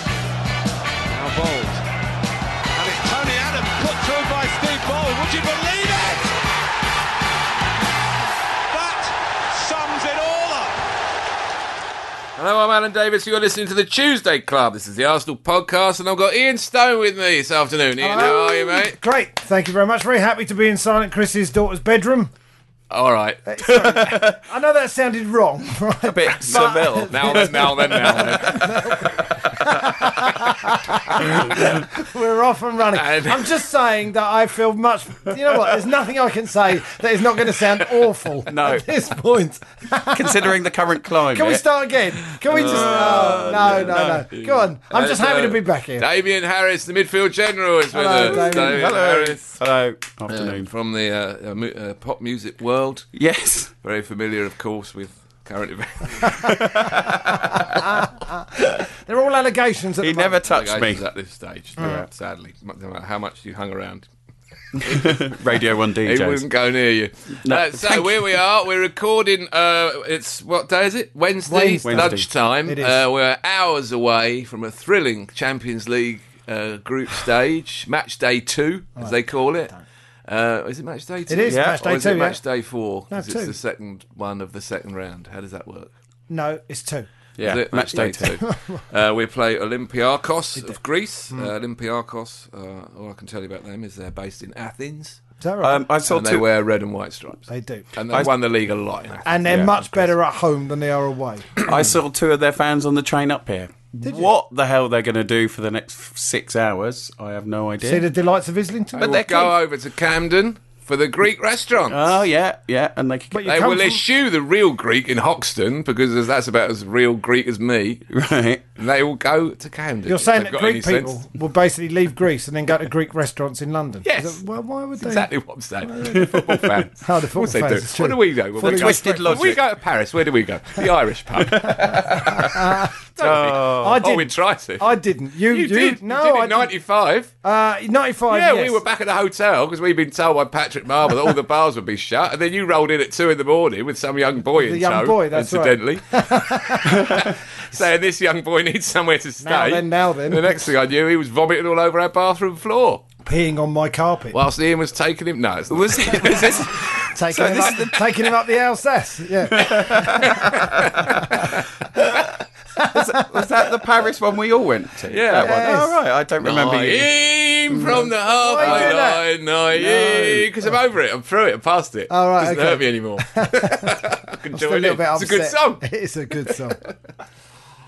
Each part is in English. Now Bold. And it's Tony Adam put through by Steve Bold. Would you believe it? That sums it all up. Hello, I'm Alan Davis. You're listening to the Tuesday Club. This is the Arsenal podcast, and I've got Ian Stone with me this afternoon. Ian, how are you, mate? Great, thank you very much. Very happy to be in Silent Chris's daughter's bedroom. All right. I know that sounded wrong, right? A bit Seville. Now then, now then, now then. We're off and running. And- I'm just saying that I feel much. You know what? There's nothing I can say that is not going to sound awful No. at this point. Considering the current climate. Can we start again? Can we Uh, just? oh, no, no, no, Go on. I'm just Uh, happy to be back here. Damien Harris, the midfield general, is with Hello, us. Damien. Harris. Hello. Um, Afternoon. from the uh, uh, mu- uh, pop music world. Yes. Very familiar, of course, with current events. They're all allegations. At He the moment. never touched me. at this stage, sadly. No matter how much you hung around, Radio 1 He DJs. wouldn't go near you. No. Uh, so here we are. We're recording. Uh, it's what day is it? Wednesday, Wednesday. lunchtime. It is. Uh, we're hours away from a thrilling Champions League uh, group stage, match day two, as they call it. Uh, is it match day two? It is Yeah. match day or is two. it yeah? match day four? 'Cause No, it's two. the second one of the second round. How does that work? No, it's two. Is Yeah. it? Match day two. uh, we play Olympiakos of Greece. Hmm. Uh, Olympiakos. Uh, all I can tell you about them is they're based in Athens, Is that right? Um, I saw and they two. wear red and white stripes. they do, And they won the league a lot. In Athens. and they're Yeah, much of course. better at home than they are away. I saw two of their fans on the train up here. What the hell they're going to do for the next f- six hours? I have no idea. See the delights of Islington. They will they're go con- over to Camden for the Greek restaurant. oh yeah, yeah, and they could. But you they come will from- eschew the real Greek in Hoxton because that's about as real Greek as me. right. And they will go to Camden. You're if saying they've that got Greek any people sense. will basically leave Greece and then go to Greek restaurants in London? Yes. Is that- well, why would they? Exactly what I'm saying. football fans. Oh, the Of course football they fans, do. it's What true. do we do? When we, Fully go, twisted when we logic. go to Paris, where do we go? The Irish pub. Oh, I oh, we didn't. tried to. I didn't. You, you, did. No, you did I in 95. didn't. Uh, 95. Yeah, we yes. were back at the hotel because we'd been told by Patrick Marble that all the bars would be shut, and then you rolled in at two in the morning with some young boy The in young tow, boy, that's right. incidentally, saying this young boy needs somewhere to stay. Now then, now then. The next thing I knew, he was vomiting all over our bathroom floor Peeing on my carpet. whilst Ian was taking him. No, it's not. was, it, was this? taking, so him this up, is the- taking him up the Alsace. Yeah. Was that the Paris one we all went to? Yeah. that Yes. one. All right, I don't remember you. Naeem from the Why do halfway that? line, Naeem. Mm. Because I'm over it, I'm through it, I'm past it. All right, doesn't okay. hurt me anymore. I can Just do a it. little in. It's bit a good upset. song. It's a good song.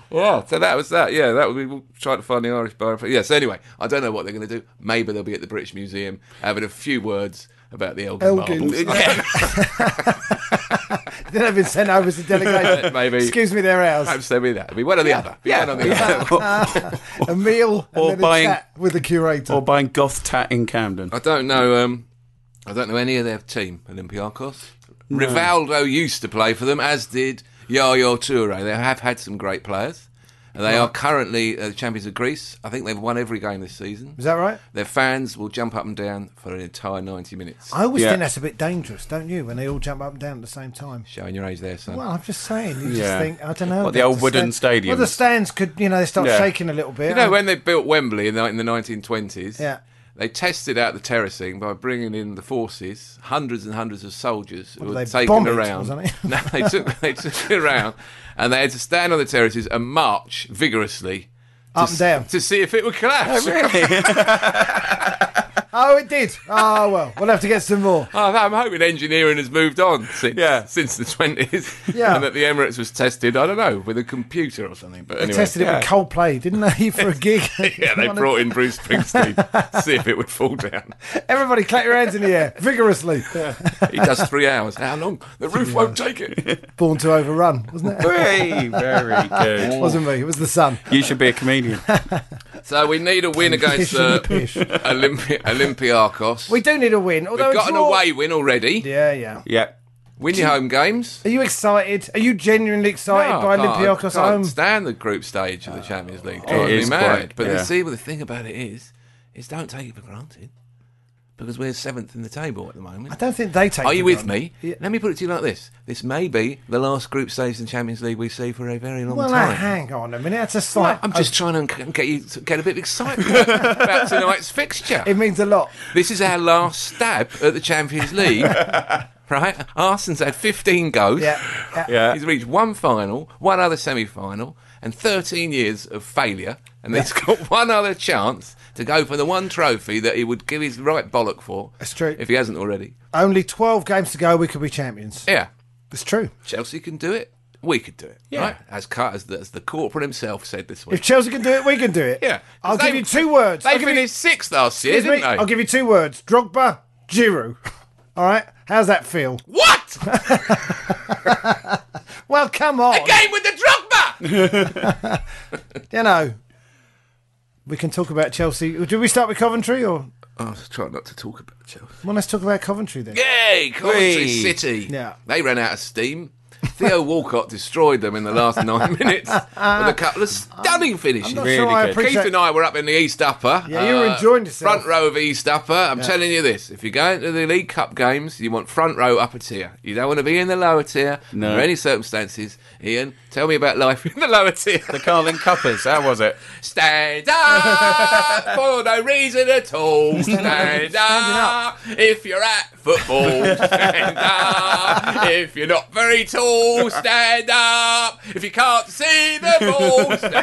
Yeah, so that was that. Yeah, that would be we'll try to find the Irish bar. Yeah, so anyway, I don't know what they're going to do. Maybe they'll be at the British Museum having a few words about the Elgin, Elgin. Marbles. then I've been sent over as a delegation. Uh, Maybe. Excuse me, they're ours. Perhaps they'll be that. It'll be one or the other. Be one or the other. A meal and Or then buying- a chat with the curator. Or buying goth tat in Camden. I don't know. Um, I don't know any of their team. Olympiacos. Rivaldo used to play for them, as did Yaya Toure. They have had some great players, and they are currently uh, champions of Greece. I think they've won every game this season. Is that right? Their fans will jump up and down for an entire ninety minutes. I always Yeah. think that's a bit dangerous, don't you? When they all jump up and down at the same time. Showing your age there, son. Well, I'm just saying. You just Yeah. think I don't know. Like the old wooden stand- Well, stadiums. the stands could, you know, they start Yeah. shaking a little bit. Um, You know, when they built Wembley in the, in the 1920s, Yeah. They tested out the terracing by bringing in the forces, hundreds and hundreds of soldiers who they were taken bomb it, around. wasn't it? no, they took they took it around, and they had to stand on the terraces and march vigorously to Up and s- down. to see if it would collapse. Oh, it did. Oh well, we'll have to get some more. Oh, I'm hoping engineering has moved on since, Yeah. since the 20s. Yeah. And that the Emirates was tested, I don't know, with a computer or something. But anyway. they tested it with yeah. Coldplay, didn't they, for a gig? yeah, they brought in Bruce Springsteen to see if it would fall down. Everybody, clap your hands in the air vigorously. He does three hours. How long? The roof won't take it. Born to Overrun, wasn't it? Very, very It Oh. good. wasn't me. It was the sun. You should be a comedian. So we need a win against uh, Olympi- Olympiakos. We do need a win. Although We've got a an draw- away win already. Yeah, yeah. Yeah. Win your home games. Are you excited? Are you genuinely excited No, I by can't- Olympiacos can't home? Ah. stand the group stage of the Champions League. Drives is me mad. quite- but yeah. the, see, well, the thing about it is, is don't take it for granted because we're seventh in the table at the moment. I don't think they take. Are you it with on. me? Let me put it to you like this: This may be the last group stage in the Champions League we see for a very long Well, now, time. hang on a minute. That's a Well, slight. I'm just trying to get you to get a bit of excitement about tonight's fixture. It means a lot. This is our last stab at the Champions League, right? Arsenal's had 15 goes. Yeah. yeah. Yeah. He's reached one final, one other semi final, and 13 years of failure. And he's got one other chance to go for the one trophy that he would give his right bollock for. That's true. If he hasn't already. Only 12 games to go. We could be champions. Yeah. It's true. Chelsea can do it. We could do it. Yeah. Right? As, Car- as, the, as the corporate himself said this If week. Chelsea can do it, we can do it. Yeah. I'll They- give you two words. They I'll give you- finished sixth last year, Excuse didn't me, they? I'll give you two words: Drogba, Giroud. All right, how's that feel? what? Well, come on, A game with the Drogba! you know. We can talk about Chelsea. Do we start with Coventry or? I was trying not to talk about Chelsea. Well, let's talk about Coventry then. Yay, Coventry Whee. City. Yeah. They ran out of steam. Theo Walcott destroyed them in the last nine minutes with a couple of stunning finishes. I'm not Really sure I good. appreciate. Keith and I were up in the East Upper. uh, Yeah, you were enjoying yourself. Front row of East Upper. I'm telling you this: if you're going to the League Cup games, you want front row upper tier. You don't want to be in the lower tier No. under any circumstances. Ian, tell me about life in the lower tier. The Carling Cuppers, how was it? Stand up for no reason at all. Stand up if you're at football. Stand up if you're not very tall. Stand up if you can't see the ball. Stand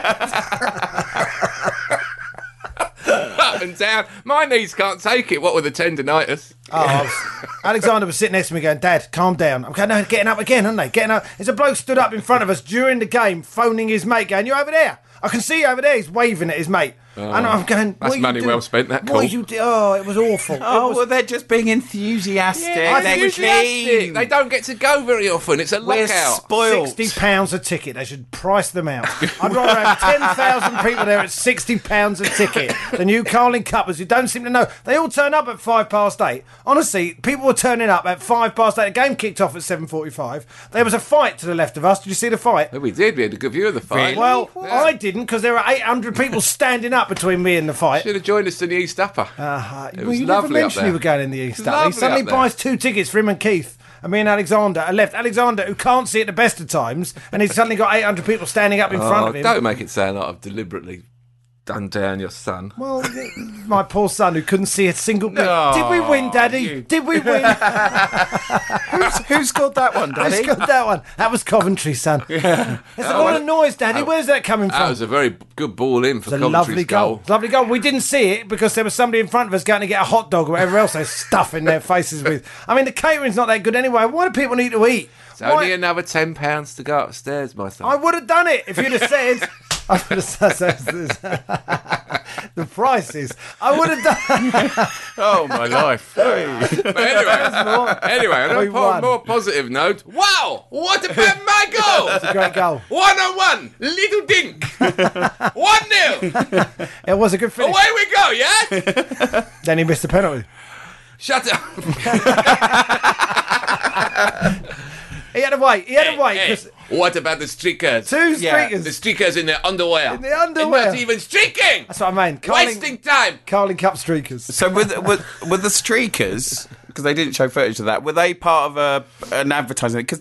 up and down. My knees can't take it. What with the tendonitis? Oh, I was- Alexander was sitting next to me going, Dad, calm down. I'm going, no, getting up again, aren't they? Getting up. There's a bloke stood up in front of us during the game, phoning his mate, going, You're over there. I can see you over there. He's waving at his mate. and I'm going, Oh. "What that's are you money doing? well spent, that What call." are you do- Oh, it was awful. It was- Oh, they're just being enthusiastic. Yeah, They're Enthusiastic. keen. They don't get to go very often. It's a We're lockout. spoiled. Sixty pounds a ticket. They should price them out. I'd rather have ten thousand people there at sixty pounds a ticket than you Carling Cuppers who don't seem to know. They all turn up at five past eight. Honestly, people were turning up at five past eight. The game kicked off at seven forty-five. There was a fight to the left of us. Did you see the fight? we did. We had a good view of the fight. Well, Yeah. I didn't because there were eight hundred people standing up between me and the fight. should have joined us in the East Upper. Uh, it well, was lovely you never up mentioned there. you were going in the East. It's Alley. He lovely suddenly up there. buys two tickets for him and Keith. And me and Alexander are left. Alexander, who can't see at the best of times, and he's suddenly got 800 people standing up in front Oh, of him. Don't make it sound like I've deliberately done down your son. Well, my poor son who couldn't see a single bit. Did we win, Daddy? Did we win? Who scored that one, Let's Daddy? go with that one. That was Coventry, son. There's a lot of noise, Daddy. Where's that coming from? That was a very b- good ball in for It's a Coventry's lovely goal. Lovely goal. We didn't see it because there was somebody in front of us going to get a hot dog or whatever else they're stuffing their faces with. I mean, the catering's not that good anyway. Why do people need to eat? It's Why- only another ten pounds to go upstairs, my son. I would have done it if you'd have said. I would have said, the prices. I would have done. Oh, my life. but anyway, anyway, on We a won. po- more positive note, wow, what about my goal? Great goal. One on one, little dink, one nil. It was a good finish. Away we go, yeah. Then he missed the penalty. Shut up. He had to wait. He had to wait. Hey, 'cause what about the streakers? Two Yeah, streakers. The streakers in their underwear. In their underwear. Not even streaking. That's what I mean. Carling, Wasting time. Carling Cup streakers. So with with, with the streakers, because they didn't show footage of that, were they part of a an advertising? Because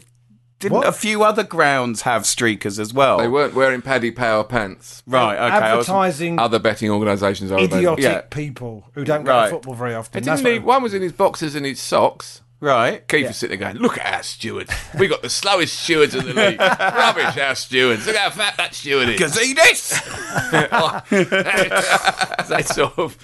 Didn't What? a few other grounds have streakers as well? They weren't wearing Paddy Power pants. Right, okay. I was- Advertising Other betting organisations are available. idiotic yeah. people who don't go Right. to football very They often. didn't That's what- need- one was in his boxers and his socks. right. Keith was sitting there going, Look at our stewards. we got the slowest stewards in the league. Rubbish, our stewards. Look how fat that steward is. Gazidis! they sort of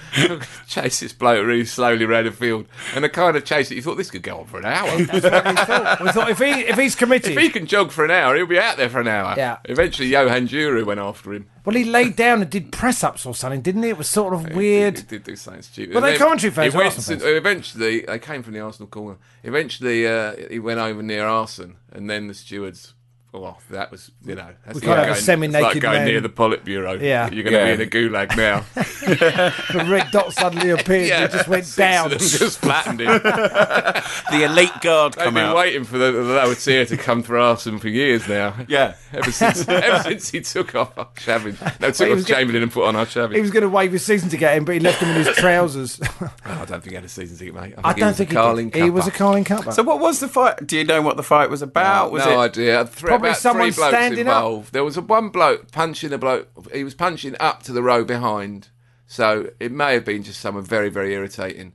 chased this bloke really slowly round the field. And the kind of chase that you thought this could go on for an hour. we thought if, he, if he's committed, if he can jog for an hour, he'll be out there for an hour. Yeah. Eventually, Johan Juru went after him. well, he laid down and did press ups or something, didn't he? It was sort of He weird. did do something stupid. But And they commentary fans He or went Arsenal to- eventually, they came from the Arsenal corner. Eventually, uh, he went over near Arson, and then the stewards. Well, that was you know. That's We can't have a semi-naked it's like going man. near the Politburo. Yeah. you're going to Yeah. be in a gulag now. The red dot suddenly appeared yeah, and he just went Six down. of them just flattened him. the elite guard They've come been out. waiting for the, the lower tier to come for Arson for years now. Yeah. ever since ever since he took off our Shavin. No, took he off was get- Chamberlain and put on our He Shavin. was going to wave his season to get him, but he left him in his trousers. Oh, I don't think he had a season ticket, mate. I don't think he he was a Carling did. He was a cuppa. Carling Cuppa. So what was the fight? Do you know what the fight was about? was no it? idea. Three, Probably about someone three blokes standing up. involved. There was a one bloke punching a bloke. He was punching up to the row behind, so it may have been just someone very, very irritating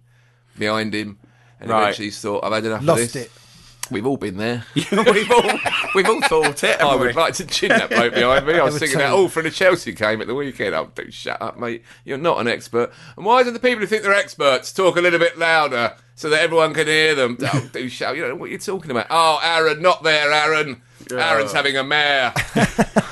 behind him. And Right. eventually, he's thought, "I've had enough Lost of this." it. We've all been there. we've all we've all thought it. I haven't we? would like to chin that bloke behind me. I was were thinking two. about all from the Chelsea game at the weekend. Oh, do shut up, mate. You're not an expert. And why do the people who think they're experts talk a little bit louder so that everyone can hear them? Oh, do shut up. You don't know what you're talking about. Oh, Aaron, not there, Aaron. Aaron's having a mare.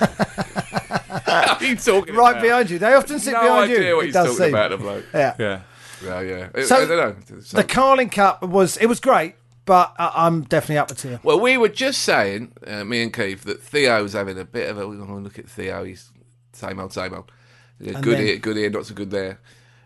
what are you talking right about? behind you. They often sit No behind idea you. what it he's does talking seem. about, the bloke. Yeah. yeah. Yeah, yeah. It- So- I don't know. The Carling Cup was it was great, but I, I'm definitely up a tier. Well, we were just saying, uh, me and Keith, that Theo's having a bit of a oh, look at Theo. He's same old, same old. Yeah, Good then- here, good here, not so good there.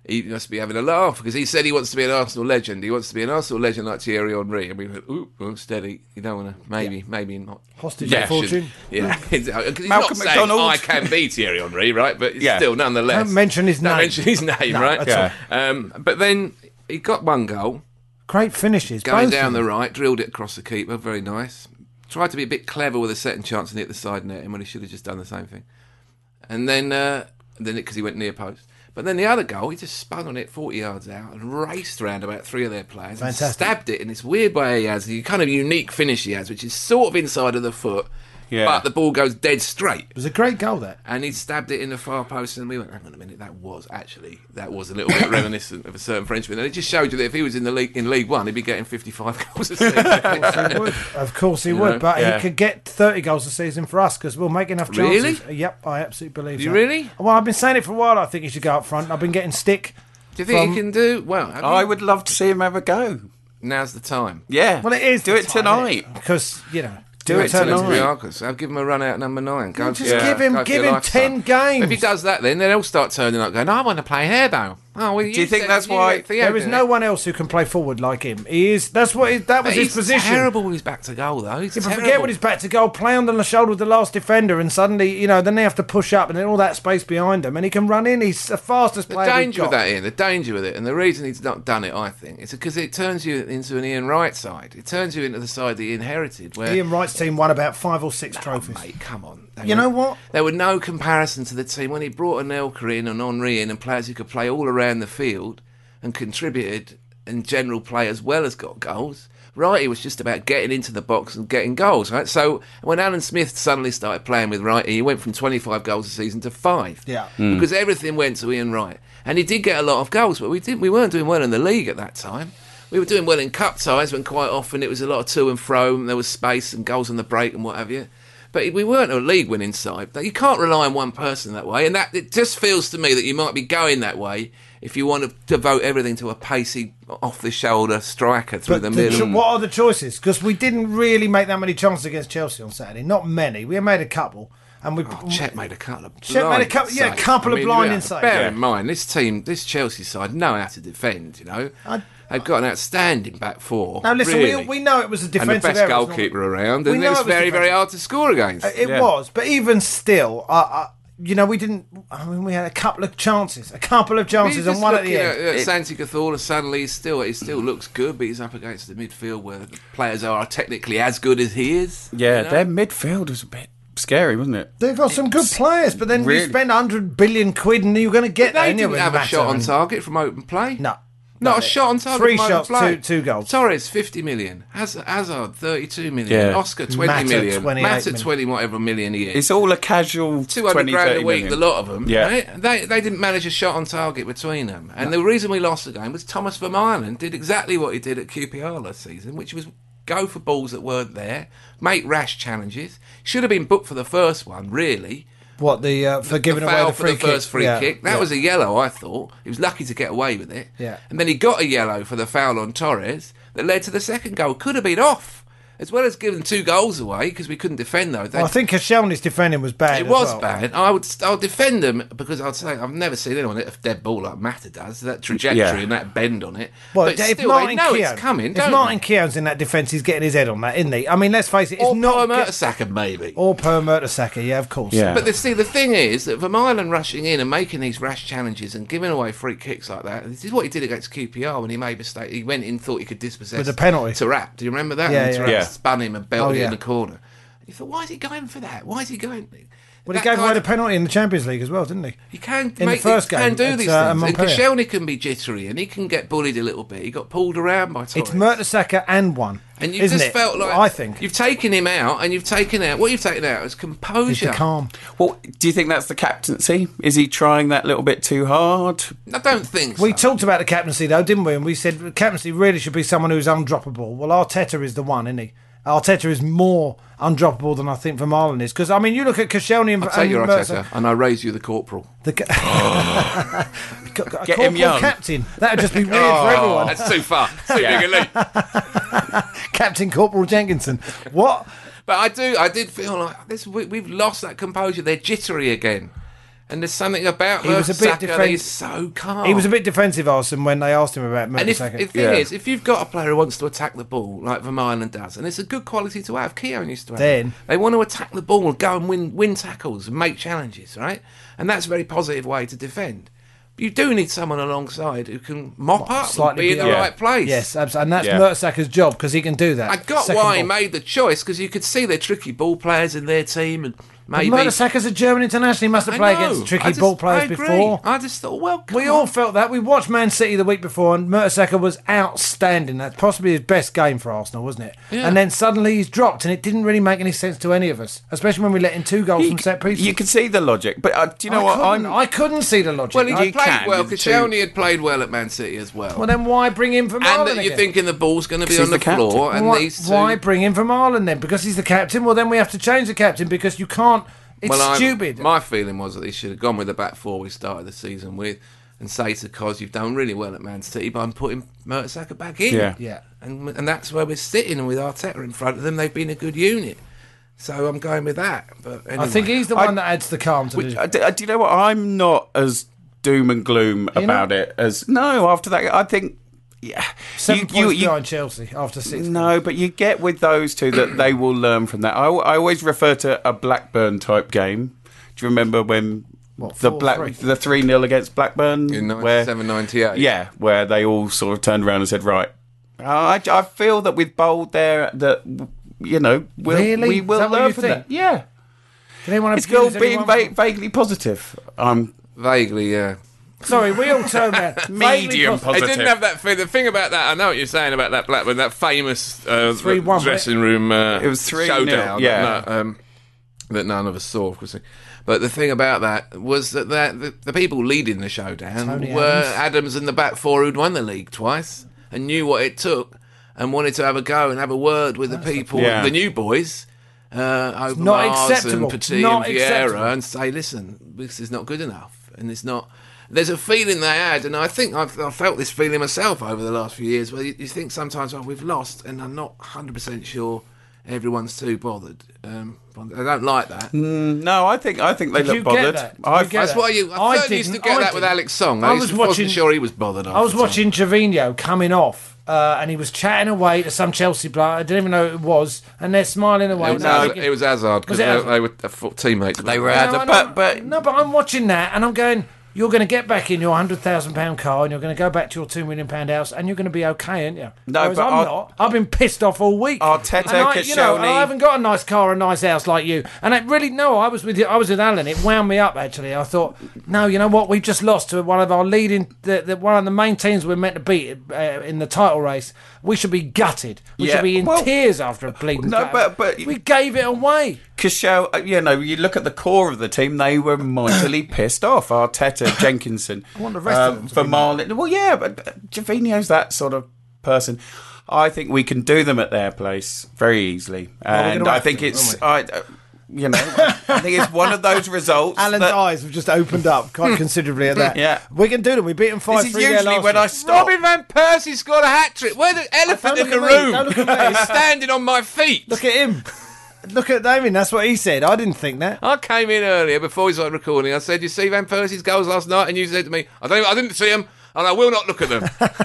He must be having a laugh because he said he wants to be an Arsenal legend. He wants to be an Arsenal legend like Thierry Henry. And we went, ooh, well, steady. You don't want to, maybe, maybe not. Hostage Yeah, of fortune. Hmm. should- Yeah, because he's Malcolm not saying McDonald. I can be Thierry Henry, right? But it's Yeah. still, nonetheless, Don't mention his Don't name. mention his name, right? that's Um, but then he got one goal Great finishes. going both down of the them. right, drilled it across the keeper, very nice. Tried to be a bit clever with a second chance and hit the side net, and when he should have just done the same thing. And then, uh, then because he went near post. But then the other goal, he just spun on it 40 yards out and raced round about three of their players and Fantastic. stabbed it in this weird way he has, the kind of unique finish he has, which is sort of inside of the foot, Yeah. but the ball goes dead straight It was a great goal there. and he stabbed it in the far post, and we went, "Hang on a minute, that was actually that was a little bit reminiscent of a certain Frenchman." And it just showed you that if he was in the league in League One, he'd be getting fifty-five goals a season. Of course he would. Of course he would, but yeah. he could get 30 goals a season for us because we'll make enough chances. Really? Yep, I absolutely believe You that. really? Well, I've been saying it for a while. I think he should go up front. I've been getting stick. Do you think From- he can do well? have I you- would love to see him have a go. Now's the time. Yeah. Well, it is. Do the it time, tonight. isn't it? Because, you know. Do it Tell him to tonight. be Arcus. I'll give him a run out at number nine. Go Just for- give him- go for give your him life, 10 son. games. If he does that, then they'll start turning up going, "Oh, "I want to play hairbow." Oh, well, you think that's why- There is no one else who can play forward like him. He is. That's what. He, that was He's his position. terrible with his back to goal, though. He's Yeah, but forget terrible. when he's back to goal, play on the shoulder of the last defender, and suddenly, you know, then they have to push up, and then all that space behind him, and he can run in. He's the fastest The player. we've danger with got. that, Ian, the danger with it, and the reason he's not done it, I think, is because it turns you into an Ian Wright side. It turns you into the side that he inherited. Where, Ian Wright's team won about five or six trophies. mate, come on. They You were- know what? There were no comparison to the team when he brought Anelka in and Henri in and players who could play all around the field and contributed and general play as well as got goals. Righty was just about getting into the box and getting goals, right? So when Alan Smith suddenly started playing with Righty, he went from 25 goals a season to five. Yeah. Because everything went to Ian Wright. And he did get a lot of goals, but we, didn't, we weren't doing well in the league at that time. We were doing well in cup ties when quite often it was a lot of to and fro and there was space and goals on the break and what have you. But we weren't a league winning side. You can't rely on one person that way. And that it just feels to me that you might be going that way if you want to devote everything to a pacey, off the shoulder striker through But the, the middle. cho- what are the choices? Because we didn't really make that many chances against Chelsea on Saturday. Not many. We made a couple, and we. Chet made a couple of Chet made a blind couple- yeah, a saves. couple of blind yeah, insides. Bear Yeah. in mind, this team, this Chelsea side, know how to defend. You know, I- they've got an outstanding back four. now listen, really. we, we know it was a and the defensive best error, it's not- goalkeeper around, We and know it was it was very, very defensive. hard to score against. It was, but even still, I, I, you know, we didn't. I mean, we had a couple of chances, a couple of chances, and one at the end. At, Santi Cazorla suddenly he's still he still looks good, but he's up against the midfield where the players are technically as good as he is. Yeah, you know? their midfield was a bit scary, wasn't it? They've got some good players, but then you really- spend hundred billion quid and you're going to get there. they and it didn't wouldn't have a matter, shot on and- target from open play. No. Not a shot on target. Three from open shots, play. two- two goals. Torres fifty million. Haz- Hazard thirty-two million. Yeah. Oscar twenty Mata, million. 28 Mata million. twenty whatever million he is. It's all a casual Two hundred 20, grand a 30 week, million. the lot of them. Yeah. right? They they didn't manage a shot on target between them. And the reason we lost the game was Thomas Vermaelen did exactly what he did at QPR last season, which was go for balls that weren't there, make rash challenges. Should have been booked for the first one, really What the uh, for giving the away foul the for free the kick. first free Yeah, kick. That yeah. was a yellow, I thought. He was lucky to get away with it. Yeah. And then he got a yellow for the foul on Torres that led to the second goal. Could have been off, as well as giving two goals away because we couldn't defend those. They- Well, I think Koscielny's defending was bad. it as was well. bad. I would, I'll defend them because I'd say I've never seen anyone hit a dead ball like Mata does. That trajectory Yeah. and that bend on it. Well, but if still, Martin they know Keown, it's coming. if don't Martin they? Keown's in that defence, he's getting his head on that, isn't he? I mean, let's face it, it's or not Paul Mertesacker, maybe. or per Mertesacker. Yeah, of course. Yeah. But the, see, the thing is that Vermaelen rushing in and making these rash challenges and giving away free kicks like that. This is what he did against QPR when he made mistake. He went in, thought he could dispossess With a penalty. Tarap, do you remember that? Yeah, and yeah. Tarap Yeah. spun him and belted Oh, it yeah. in the corner. You thought, why is he going for that? Why is he going? Well, That he gave away kind the of- penalty in the Champions League as well, didn't he? He can the make first he can game do at, these things. uh, And Montpellier. Koscielny can be jittery and he can get bullied a little bit. He got pulled around by Torres. It's Mertesacker and one. And you isn't just it? felt like I think you've taken him out, and you've taken out what you've taken out is it's composure. the calm. Well, do you think that's the captaincy? Is he trying that little bit too hard? I don't think We so. talked about the captaincy though, didn't we? And we said the captaincy really should be someone who's undroppable. Well, Arteta is the one, isn't he? Arteta is more undroppable than I think Vermaelen is because I mean, you look at Koscielny and, I'll take and your Mertesacker. Arteta, and I raise you the corporal. The ca- Got- got a Get him corporal young. captain. That would just be weird Oh. for everyone. That's too far. Too big a leap. Captain Corporal Jenkinson. What? But I do, I did feel like this. We, we've lost that composure. They're jittery again, and there's something about He was a bit Mertesacker that defen- He's so calm. He was a bit defensive, Arson, when they asked him about And if, Mertesacker. if the thing Yeah. is, if you've got a player who wants to attack the ball like Vermaelen does, and it's a good quality to have, Keown used to have. it, Then- they want to attack the ball, go and win win tackles, and make challenges, right? And that's a very positive way to defend. But you do need someone alongside who can mop up, and be in the beyond- right place. Yes, abs- and that's Yeah. Mertesacker's job because he can do that. I got Second why he ball. made the choice because you could see they're tricky ball players in their team and maybe. Mertesacker's a German international. He must have I played know. against I tricky just- ball players I agree. before. I just thought, well, come we all on. felt that. We watched Man City the week before, and Mertesacker was outstanding. That's possibly his best game for Arsenal, wasn't it? Yeah. And then suddenly he's dropped, and it didn't really make any sense to any of us, especially when we let in two goals You from c- set pieces. You can see the logic, but uh, do you know I what? Couldn't, I'm, I couldn't see the logic. Well, he I- played can well. with the Koscielny had played well at Man City as well. well, then why bring him from and Ireland? that you're again? thinking the ball's going to be he's on the, the captain. floor, and why, these two. why bring him from Ireland then? Because he's the captain. Well, then we have to change the captain because you can't. It's well, I- stupid. my feeling was that they should have gone with the back four we started the season with, and say to Cos, "You've done really well at Man City, but I'm putting Mertesacker back in." Yeah. Yeah. and and that's where we're sitting with Arteta in front of them. They've been a good unit, so I'm going with that. But anyway. I think he's the I- one that adds the calm to Which, the. uh, do, uh, do you know what? I'm not as doom and gloom about not? it as no. After that, I think yeah, Seven you, points you, you, behind Chelsea after six. no, but you get with those two that they will learn from that. I, al- I always refer to a Blackburn type game. Do you remember when the four, Black three? the three 0 against Blackburn in where- 97, 98. Yeah, where they all sort of turned around and said, "Right." I, I feel that with Bold there, that you know, we'll, Really? we Is will that what learn you from think? that. Yeah, Did anyone it's abuse called being anyone? va- vaguely positive. Um, vaguely. Yeah, Sorry, we all turned around. Vaguely Medium possible. I Positive. didn't have that thing. The thing about that, I know what you're saying about that Blackburn, that famous uh, 3-1, dressing room. Uh, It was 3-0, showdown. yeah. that, no, um, that none of us saw, of course. But the thing about that was that that- the, the people leading the showdown Tony were Adams. and the back four who'd won the league twice and knew what it took and wanted to have a go and have a word with the people, Yeah. the new boys. Uh, over Not Mars acceptable. And Petit Not and Vieira acceptable. and say, listen, this is not good enough, and it's not. There's a feeling they had, and I think I've, I've felt this feeling myself over the last few years, where you, you think sometimes, oh, we've lost, and I'm not 100 percent sure everyone's too bothered. Um, I don't like that. Mm. No, I think I think they Did look you get bothered. that? Did I you get That's that? why you. I I, certainly used to didn't- get I that with didn't. Alex Song. I I, was was not watching- sure he was bothered. I was half the time. watching Trevino coming off, uh, and he was chatting away to some Chelsea player. I didn't even know who it was, and they're smiling away. It was, And I was Hazard, thinking- it was Hazard Was because it they, Hazard? they were uh, fo- teammates. They were No, out I of know, but but no, but I'm watching that, and I'm going. You're going to get back in your hundred thousand pound car, and you're going to go back to your two million pound house, and you're going to be okay, aren't you? No, Whereas but I'm Ar- not. I've been pissed off all week. Arteta, and I, you know, and Koscielny- I haven't got a nice car, a nice house like you, and it really no. I was with you. I was with Alan. It wound me up actually. I thought, no, you know what? We've just lost to one of our leading, the, the, one of the main teams we're meant to beat uh, in the title race. We should be gutted. We Yeah, should be in well- tears after a bleeding. No, gut. but- but- we gave it away. Kishel, uh, you know, you look at the core of the team; they were mightily pissed off. Arteta, Jenkinson, I want the rest of them to be Vermaelen. Well, yeah, but uh, Jovino's that sort of person. I think we can do them at their place very easily, we're and gonna I have think to, it's, I, uh, you know, I think it's one of those results. Alan's that- eyes have just opened up quite considerably at that. Yeah. we can do them. We beat them five This is three. there usually last when year. I stop. Robin van Persie scored a hat trick. Where the elephant Don't in the look at me, room? don't look at me. He's standing on my feet. Look at him. Look at Damien. That's what he said. I didn't think that. I came in earlier before we started recording. I said, "You see Van Persie's goals last night?" And you said to me, "I don't. I didn't see them, and I will not look at them."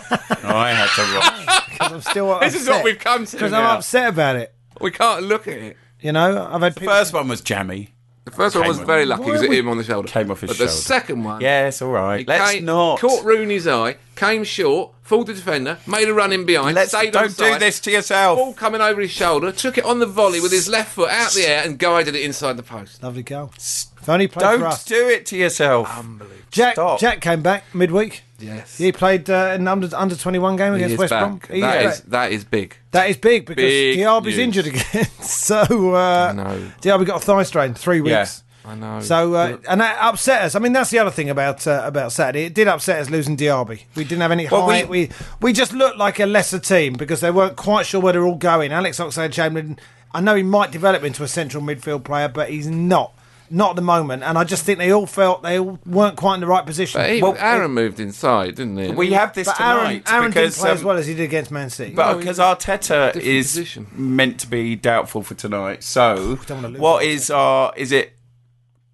I had to rock. 'Cause I'm still this is what we've come to. Because I'm now. upset about it. We can't look at it. You know, I've had people. First one was jammy. The first one Came was on. very lucky. It was Why at would- him on the shoulder. Came off his but shoulder. the second one, Yeah, it's all right. he Let's came- not. caught Rooney's eye, came short, fooled the defender, made a run in behind. Let's stayed don't onside, do this to yourself. Ball coming over his shoulder, took it on the volley with his left foot out the air and guided it inside the post. Lovely goal. If only he played for Don't us. do it to yourself. Um, Jack, stop. Jack came back midweek. Yes, He played uh, an under under twenty one game He against is West Brom. back. He That is is back. that is big. that is big because Big Diaby's news. injured again. so uh, know. Diaby got a thigh strain three Yeah. weeks. I Oh, know. So uh, and that upset us. I mean, that's the other thing about uh, about Saturday. It did upset us losing Diaby. We didn't have any Well, height. we- We, we just looked like a lesser team because they weren't quite sure where they're all going. Alex Oxlade-Chamberlain. I know he might develop into a central midfield player, but he's not not at the moment. And I just think they all felt they all weren't quite in the right position. But he, Well, Aaron moved inside, didn't he? We have this but Aaron, tonight Aaron because didn't play as um, well as he did against Man City. But because Arteta different is position. meant to be doubtful for tonight, so wanna lose what is our? Is it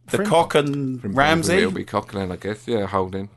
the Frim- cock and It'll Ramsey? be Coquelin, I guess. Yeah, holding.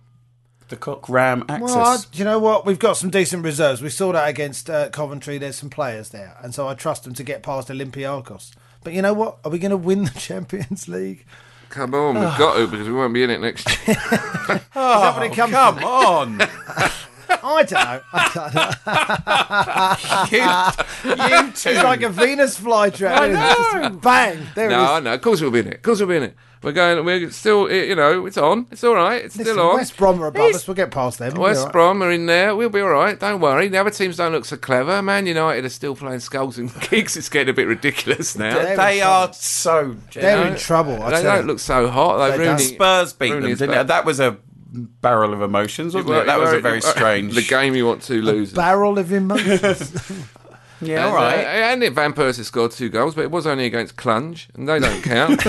The cock ram axis. Well, I, you know what? We've got some decent reserves. We saw that against uh, Coventry. There's some players there, and so I trust them to get past Olympiacos. But you know what? Are we going to win the Champions League? Come on, we've got to because we won't be in it next year. Is that what Oh, it comes Come to? on, I don't know. I don't know. you, you two. It's like a Venus flytrap. I know. Just Bang! There no, I it is. know. Of course we'll be in it. Of course we'll be in it. We're going. We're still. eh, You know, it's on. It's all right. It's Listen, still on. West Brom are above It's- us. We'll get past them. We'll be all West right. Brom are in there. We'll be all right. Don't worry. The other teams don't look so clever. Man United are still playing skulls and kicks. It's getting a bit ridiculous now. They're they in are so. They're in trouble. I they tell don't you. look so hot. They, They don't. Rooney, Spurs beat them, Rooney's didn't back. it? That was a barrel of emotions, wasn't Well, it? That was a well, very well, strange. The game you want to lose. barrel of emotions. Yeah, all And, right. uh, and it, Van Persie scored two goals, but it was only against Clunge, and they don't count.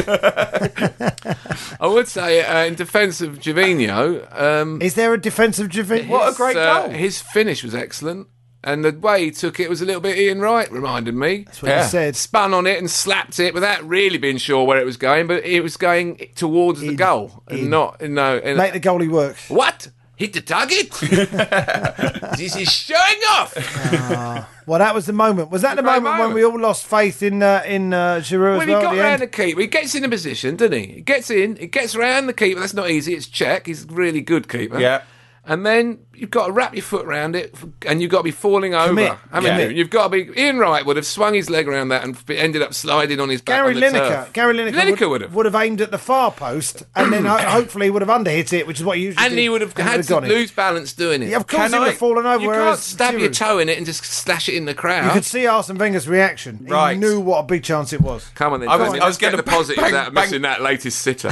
I would say, uh, in defence of Jovino, um, is there a defensive Javi- What a great his, uh, goal. his finish was excellent, and the way he took it was a little bit Ian Wright, reminded me. That's what you Yeah. said. Spun on it and slapped it without really being sure where it was going, but it was going towards the In. goal, In. and not no. And, Make the goalie work. what? Hit the target? this is showing off. Well, that was the moment. Was that the great moment, when moment. we all lost faith in uh, in uh, Giroud Well, as he well? at got the end? round the keeper. He gets in a position, doesn't he? He gets in, he gets round the keeper. That's not easy. It's check. He's a really good keeper. Yeah. And then you've got to wrap your foot round it, and you've got to be falling Commit. over. I mean, Yeah. you've got to be. Ian Wright would have swung his leg around that and be- ended up sliding on his back. Gary on the Lineker, turf. Gary Lineker, Lineker would have. would have aimed at the far post and then ho- hopefully would have underhit it, which is what he usually and he would have and had to gone in. lose balance doing it. Yeah, of course Can he would I- have fallen over. you can't whereas stab your Giroud- toe in it and just slash it in the crowd. You could see Arsene Wenger's reaction. He Right. knew what a big chance it was. Come on, then. I was- Jamie, I let's was get gonna the positives bang, out of bang. missing that latest sitter.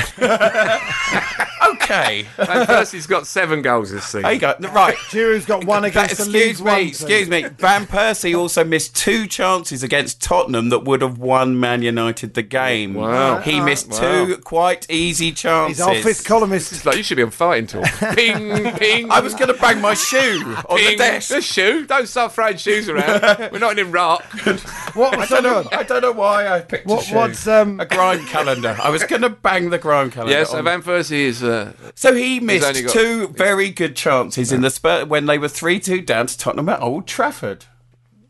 okay. and Percy's got seven goals this season. There you go. Right. Giroud's got one against the excuse Leeds me, one team. excuse me. Van Persie also missed two chances against Tottenham that would have won Man United the game. Wow. He missed Wow. two quite easy chances. His office columnist. It's like you should be on fighting talk. ping, ping. I was going to bang my shoe on the ping. desk. The shoe. Don't start throwing shoes around. We're not in Iraq. What was I that don't, on? know, I don't know why I picked What- a shoe. what's, um- a grime calendar? I was going to bang the grime calendar. Yes, on. Van Persie is. Uh, so he only missed got- two very good chances in the spur when they were three-two down to Tottenham at Old Trafford.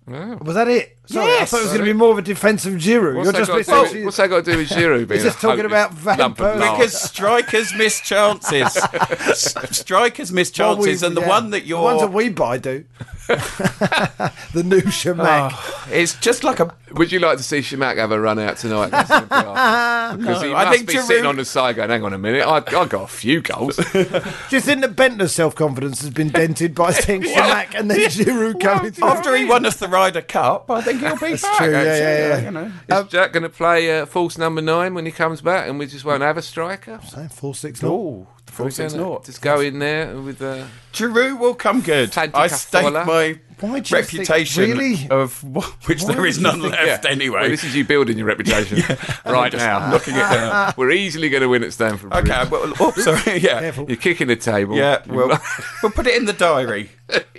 Was that it? Sorry, I Yes. thought it was going to be more of a defensive Giroud. what's, You're that just got to been do, so with- what's that got to do with Giroud? being just a talking hopeless about Van lump of Persie. lard? Because strikers miss chances. S- strikers miss Well, we- chances, and the yeah. one that you're the ones that we buy do the new Shamak. Oh, it's just like a. Would you like to see Shamak have a run out tonight? Because he I must think be Giroud- sitting on the side going, hang on a minute, I, I got a few goals. Um, Do you think that Bentner's self confidence has been dented by seeing Shamak and then Giroud coming through? After he won us the Ryder Cup, I think he'll be back. true, actually, yeah, yeah, yeah. You know. Is Jack going to play uh, false number nine when he comes back and we just won't have a striker? Four six Oh, the full six Gonna naught. Just go in there with uh, Giroud will come good. Tante I stake Caffola. my Why do you think- reputation really? of wh- which Why there is would you none think- left yeah. anyway. Well, this is you building your reputation right now. Knocking it down. We're easily going to win at Stamford Bridge. okay, well, oh, sorry. Yeah, You're kicking the table. yeah. Well, we'll put it in the diary.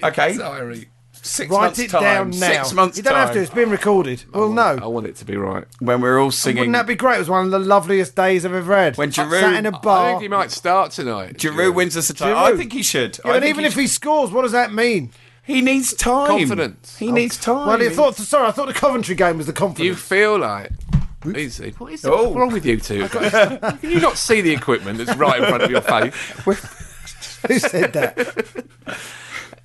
Okay, Diary. six Write months it time. down now. Six months. you don't have to. time. It's been recorded. Well, Oh. I no. want it to be right. When we're all singing. Wouldn't that be great? It was one of the loveliest days I've ever had. When Giroud- sat in a I bar. I think he might start tonight. Giroud wins us a title. Giroud. I think he should. Yeah, I and think even he if he scores, what does that mean? He needs time. Confidence. He needs time. Well, I thought. Sorry, I thought the Coventry game was the confidence. You feel like. Easy. What is Oh. what's wrong with you two? Can you not see the equipment that's right in front of your face? Who said that?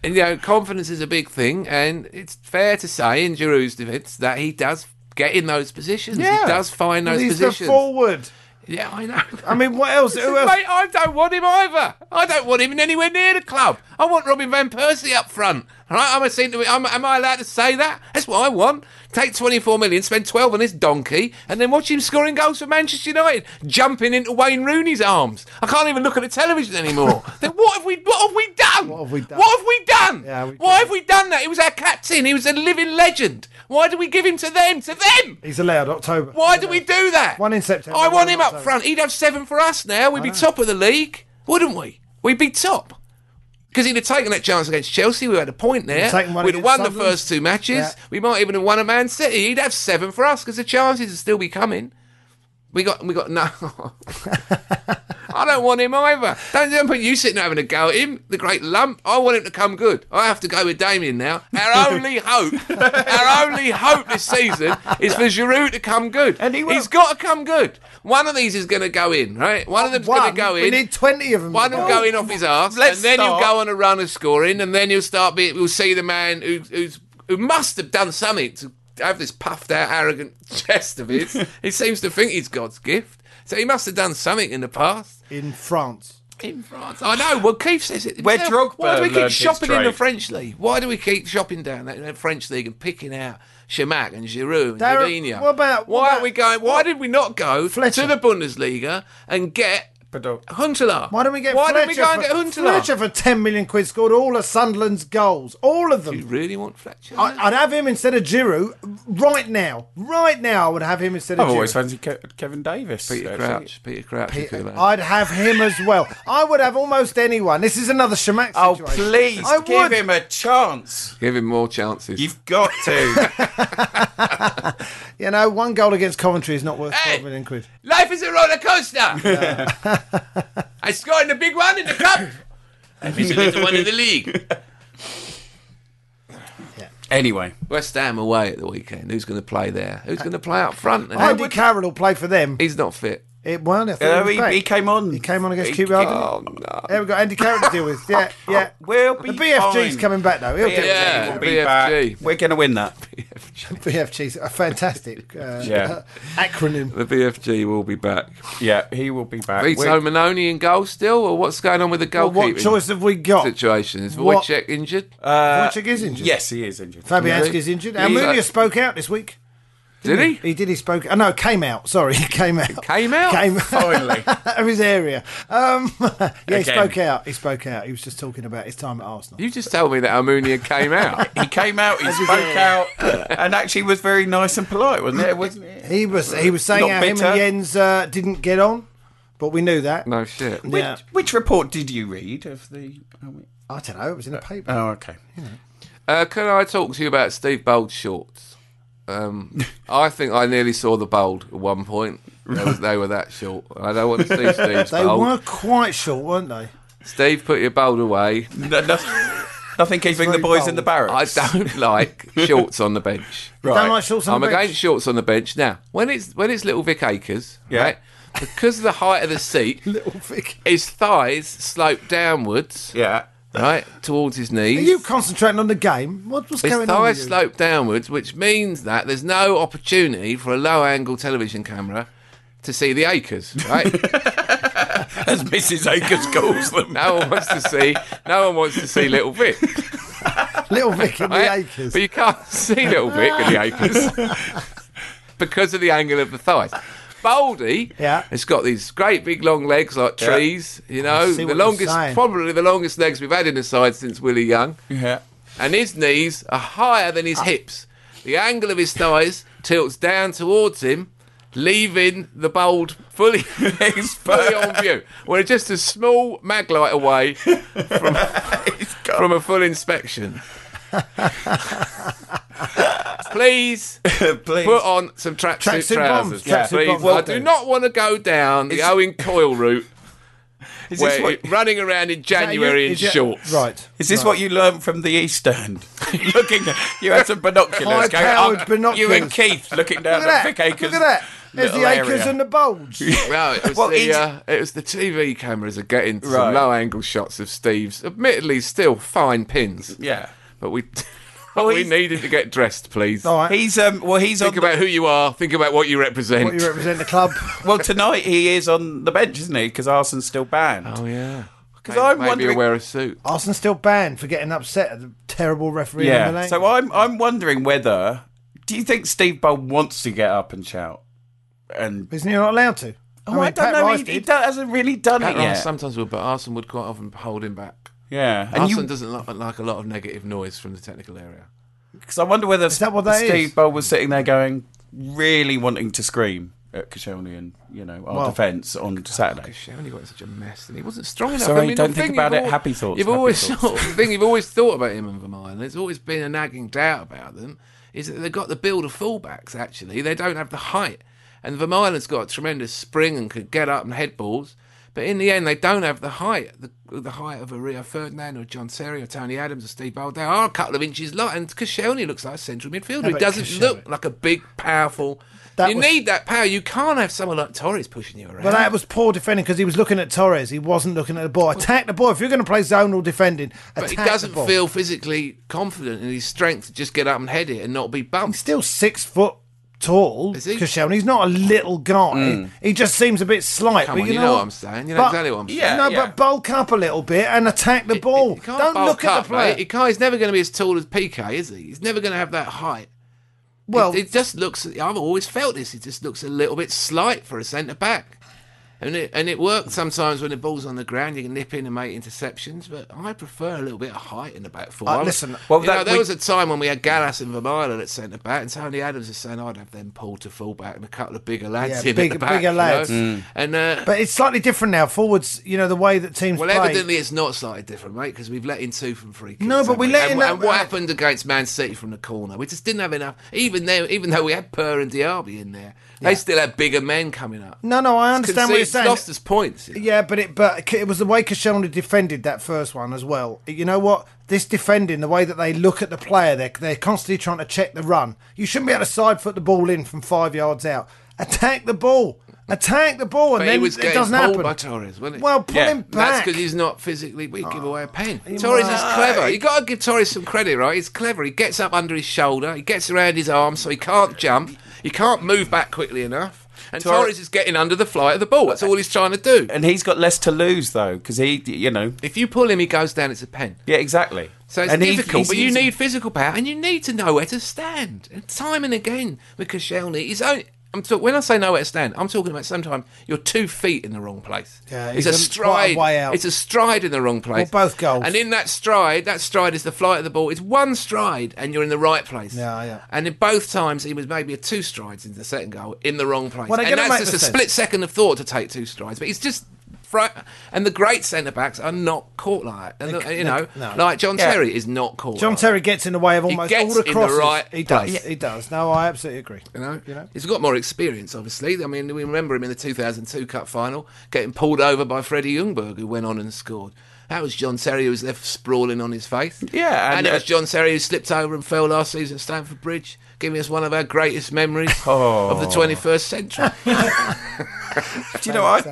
And, you know, confidence is a big thing, and it's fair to say in Giroud's defence that he does get in those positions. Yeah. He does find those He's the positions. forward. Yeah, I know. I mean, what else? Who else? Mate, I don't want him either. I don't want him anywhere near the club. I want Robin van Persie up front. All right, I'm a seen to. I'm, am I allowed to say that? That's what I want. Take 24 million, spend 12 on this donkey, and then watch him scoring goals for Manchester United, jumping into Wayne Rooney's arms. I can't even look at the television anymore. then what have we? What have we done? What have we done? What have we done? Yeah, we- Why have we done that? He was our captain. He was a living legend. Why do we give him to them? To them? He's allowed October. Why do we do that? One in September, I one want in him up October. front. He'd have seven for us now. We'd be top of the league, wouldn't we? We'd be top. Because he'd have taken that chance against Chelsea. We had a point there. taken one We'd have against won the Sunderland. first two matches. Yeah. We might even have won at Man City. He'd have seven for us because the chances would still be coming. We got, we got no. I don't want him either. Don't, don't put you sitting having a go at him, the great lump. I want him to come good. I have to go with Damien now. Our only hope, our only hope this season is for Giroud to come good. And he will. He's got to come good. One of these is going to go in, right? One of them's going One. to go in. We need 20 of them. One will go in off his arse, Let's and then start. he'll go on a run of scoring, and then he'll start. Be, we'll see the man who, who's who must have done something to have this puffed out, arrogant chest of his. he seems to think he's God's gift, so he must have done something in the past in France. in France. I know. Well, Keith says it. Where Drogba himself. Why do we learned keep his shopping in the trade. French league? Why do we keep shopping down that, that French league and picking out Chamac and Giroud and Darren, Jorginho? what about- what why about- are we going? Why did we not go Fletcher. to the Bundesliga and get? But, uh, Huntelaar. Why don't we get Why Fletcher don't we go and for, get Huntelaar? Fletcher for 10 million quid scored all of Sunderland's goals. All of You them. really want Fletcher? I, I'd have him instead of Giroud right now. Right now, I would have him instead of I've always Giroud. fancied Ke- Kevin Davis. Peter actually. Crouch. Peter Crouch. if you like. I'd have him as well. I would have almost anyone. This is another Shamak Oh, situation. please I give would. him a chance. Give him more chances. You've got to. You know, one goal against Coventry is not worth Hey! 12 million quid. Life is a roller coaster. I scored the big one in the cup. I missed the little one in the league. anyway, West Ham away at the weekend. Who's going to play there? Who's Uh, going to play up front? now? Andy Carroll will play for them. He's not fit. It won. I thought uh, he, was he, back. he came on. He came on against He QPR. came- didn't he? Oh no. There we go. Andy Carroll to deal with. Yeah, yeah. We'll be the BFG's fine. coming back though. He'll deal with Yeah, it. We'll the be BFG. back. We're going to win that. BFG's a fantastic uh, Yeah. acronym. The BFG will be back. Yeah, he will be back. Vito We're- Manoni in goal still, or what's going on with the Well, goalkeeping what choice have we got? situation? Is What- Wojciech injured? Uh, Wojciek is injured. Yes, he is injured. Fabianski's injured. He's- Almunia spoke out this week. Did he? He did. He spoke. Oh, no, came out. Sorry, he came out. Came out? Came Finally. out of his area. Um, yeah, he Again. spoke out. He spoke out. He was just talking about his time at Arsenal. You just told me that Almunia came out. He came out, he spoke out, and actually was very nice and polite, wasn't it? Wasn't it? He was. He was saying Not how him bitter. and Jens uh, didn't get on, but we knew that. No shit. Which, Yeah. which report did you read of the? oh, we- I Uh, don't know. It was in the paper. Oh, okay. Uh, can I talk to you about Steve Bold's shorts? Um, I think I nearly saw the bold at one point. They, was, they were that short. I don't want to see Steve's They oh. bold. were quite short, weren't they? Steve, put your bold away. No, no- nothing keeping the very boys in bold. the barracks. I don't like shorts on the bench. Right. Don't like shorts on I'm the bench. against shorts on the bench. Now, when it's when it's little Vic Acres, Yeah. right? Because of the height of the seat, Little Vic. his thighs slope downwards, Yeah. right, towards his Are knees. you concentrating on the game? What, what's His going on? thighs With you? slope downwards, which means that there's no opportunity for a low angle television camera to see the acres, right? As Mrs. Akers calls them. no one wants to see no one wants to see little Vic. Little Vic in the right? acres. But you can't see little Vic in the acres because of the angle of the thighs. Baldy Yeah. has got these great big long legs like Yeah. trees, you know. see The what you're longest saying. probably the longest legs we've had in the side since Willie Young. Yeah. and his knees are higher than Uh. his hips. The angle of his thighs tilts down towards him, leaving the bold fully, fully on view. We're just a small maglite away from, from a full inspection. Please Please. put on some tracksuit Tracksuit trousers. bombs, tracksuit Please. bombs, I well do done. not want to go down the Is- Owen Coyle route is this, where what, running around in Is that you- January in is that- shorts. Right. is this what you learned from the East End? looking, you had some binoculars. going, High-powered "Oh, binoculars." You and Keith looking down Look at at, that. Vic Akers. Look at that. There's the little acres area. and the bulge. Well, it was, Well, the, it's- uh, it was the TV cameras are getting some Right. low angle shots of Steve's, admittedly still fine pins. Yeah. But we Well, we he's- needed to get dressed, please. All right. He's um. Well, he's Think on. about who you are, think about what you represent. What, you represent the club. the- well, tonight he is on the bench, isn't he? Because Arsenal's still banned. oh, yeah. Because I'm Maybe wondering- you'll wear a suit. Arsenal still banned for getting upset at the terrible referee. in the yeah. lane. So I'm I'm wondering whether do you think Steve Bold wants to get up and shout? And Isn't he not allowed to? oh, I, don't Pat know. Rice he, he did. do- hasn't really done Pat it yet. Rice sometimes will, but Arson would quite often hold him back. Yeah. And Arson you doesn't like, like a lot of negative noise from the technical area. Because I wonder whether that what that Steve is? Bold was sitting there going, really wanting to scream at Koscielny and you know our Well- defence on Saturday. Shelley got in such a mess, and he wasn't strong enough. Sorry, I mean, don't the think thing about you've it. al- Happy thoughts, You've happy always thoughts. thought, the thing you've always thought about him and Vermaelen. There's always been a nagging doubt about them. Is that they've got the build of fullbacks. Actually, they don't have the height, and Vermaelen's got a tremendous spring and could get up and head balls. But in the end, they don't have the height, the, the height of a Rio Ferdinand or John Terry or Tony Adams or Steve Bold. They are a couple of inches light, and Koscielny looks like a central midfielder. No, He but doesn't Koscielny- look like a big, powerful. That you was- need that power. You can't have someone like Torres pushing you around. But that was poor defending because he was looking at Torres. He wasn't looking at the ball. Attack the ball. If you're going to play zonal defending, But he attack the doesn't ball. feel physically confident in his strength to just get up and head it and not be bumped. He's still six foot tall. Is he? Koscielny. He's not a little guy. Hmm. He just seems a bit slight. Come but on, you, you know what I'm saying. You know but- exactly what I'm saying. Yeah, no, yeah. but bulk up a little bit and attack the ball. He can't Don't bulk look at up, the player. mate. He can't, he's never going to be as tall as PK, is he? He's never going to have that height. well, it, it just looks. I've always felt this. It just looks a little bit slight for a centre back, and it and it works sometimes when the ball's on the ground. You can nip in and make interceptions, but I prefer a little bit of height in the back four. Uh, I was- listen, well, you that know, there we- was a time when we had Gallas and Vermaelen at centre back, and Tony Adams was saying I'd have them pulled to full back and a couple of bigger lads Yeah, in big- at the back, you bigger know? lads. Mm. and. Uh, but it's slightly different now. Forwards, you know, the way that teams well, play. evidently it's not slightly different, mate, because we've let in two from free kicks. No, but haven't we And- let in uh, that- And what happened against Man City from the corner? We just didn't have enough. Even though, even though we had Purr and Diaby in there, they still had bigger men coming up. no, no, I understand what you're Conceded- saying. Lost us points. you know. Yeah, but it but it was the way Koscielny defended that first one as well. You know what? This defending, the way that they look at the player, they're, they're constantly trying to check the run. You shouldn't be able to side foot the ball in from five yards out. Attack the ball. Attack the ball, and But then he was it getting pulled doesn't happen. by Torres, wasn't he? well, pull Yeah, him That's back. Oh, because he's not physically. We give away a pen. Torres is clever. You got to give Torres some credit, right? He's clever. He gets up under his shoulder. He gets around his arm, so he can't jump. He can't move back quickly enough. And Torre- Torres is getting under the flight of the ball. That's all he's trying to do. And he's got less to lose though, because he, you know, If you pull him, he goes down. It's a pen. yeah, exactly. So it's And he- difficult, he's but you using- need physical power and you need to know where to stand. And time and again, Mikoshelny is only. I'm talk- when I say know where to stand, I'm talking about sometimes you're two feet in the wrong place. Yeah, it's he's a a- quite a stride. way out. It's a stride in the wrong place. Well, both goals. And in that stride, that stride is the flight of the ball. It's one stride and you're in the right place. Yeah, yeah. And in both times, he was maybe a two strides into the second goal in the wrong place. Well, they're and gonna that's make just the a sense. split second of thought to take two strides. But he's just fri- and the great centre backs are not caught like that. And the- you know, no. like John Yeah. Terry is not caught. John like Terry gets in the way of He almost gets all the in the crosses. right he does. place. He does. No, I absolutely agree. that, You know, You know? he's got more experience, obviously. I mean, we remember him in the 2002 Cup final getting pulled over by Freddie Jungberg, who went on and scored. That was John Terry who was left sprawling on his face. Yeah, and, and, it uh, was John Terry who slipped over and fell last season at Stamford Bridge, giving us one of our greatest memories of the 21st century. Do you know, I,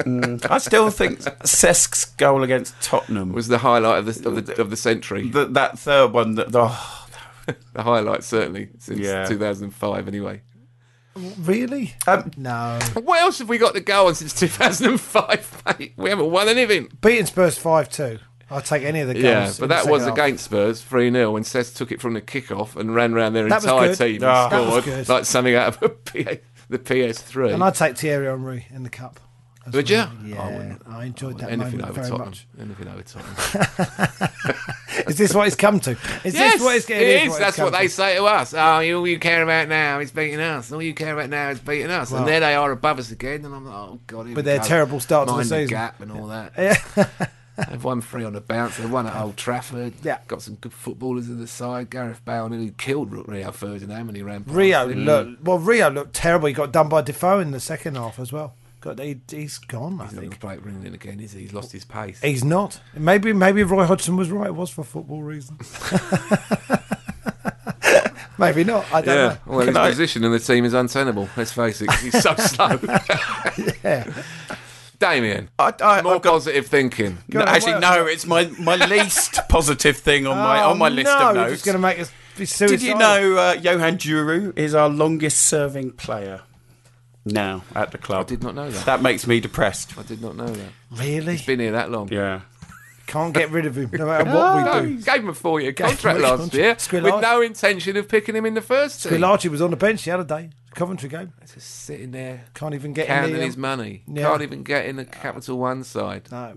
Mm, I still think Sesk's goal against Tottenham was was the highlight of the of the, of the century. The, th- that third one. That, oh, highlight certainly since Yeah. 2005. Anyway, Really? Um, no. what else have we got to go on since 2005, mate? We haven't won anything. Beating Spurs 5 2. I'll take any of the goals. Yeah, in but the that second was half. against Spurs, 3 0, when Seth took it from the kick-off and ran round their That was entire good. team and Ah. That was scored good. like something out of a P- the PS3. And I'd take Thierry Henry in the cup. as Would you? well. I Yeah, wouldn't. I, enjoyed that Anything moment over very Tottenham. much. Anything over Tottenham. Is this what it's come to? Is yes, this what it's it getting? is. it's That's come what they to. say to us. Oh, you- all you care about now is beating us. All you care about now is beating us. Well- and there they are above us again. And I'm like, oh god. here But we their go. terrible start to the Mind season. gap and all that. They've won three on the bounce. They've won at Old Trafford. Yeah. Got some good footballers in the side. Gareth Bale nearly killed Rio Ferdinand when he ran. past Rio him. looked well. Rio looked terrible. He got done by Defoe in the second half as well. Got he, he's gone. I He's not going think to play at Ringling again, is he? He's lost his pace. he's not. Maybe maybe Roy Hodgson was right. It was for football reasons. maybe not. I don't yeah, well, his Can I- position in the team is untenable. Let's face it, 'cause he's so slow. Damien, I, I, more I've got- positive thinking. No, actually, no. It's my, my least positive thing on know. my on my Oh, list no, of you're notes. Just going to make us. Be suicidal. Did you know uh, Johan Juru is our longest serving player now at the club? I did not know that. That makes me depressed. I did not know that. Really? Been here that long. Yeah. Can't get rid of him no matter what No, we do. gave him a four-year contract him a last contract. year Squillage. with no intention of picking him in the first team. Larchie was on the bench the other day, Coventry game. Just sitting there Can't even get um, in counting the, his money. Yeah. Can't even get in the Capital One side. No,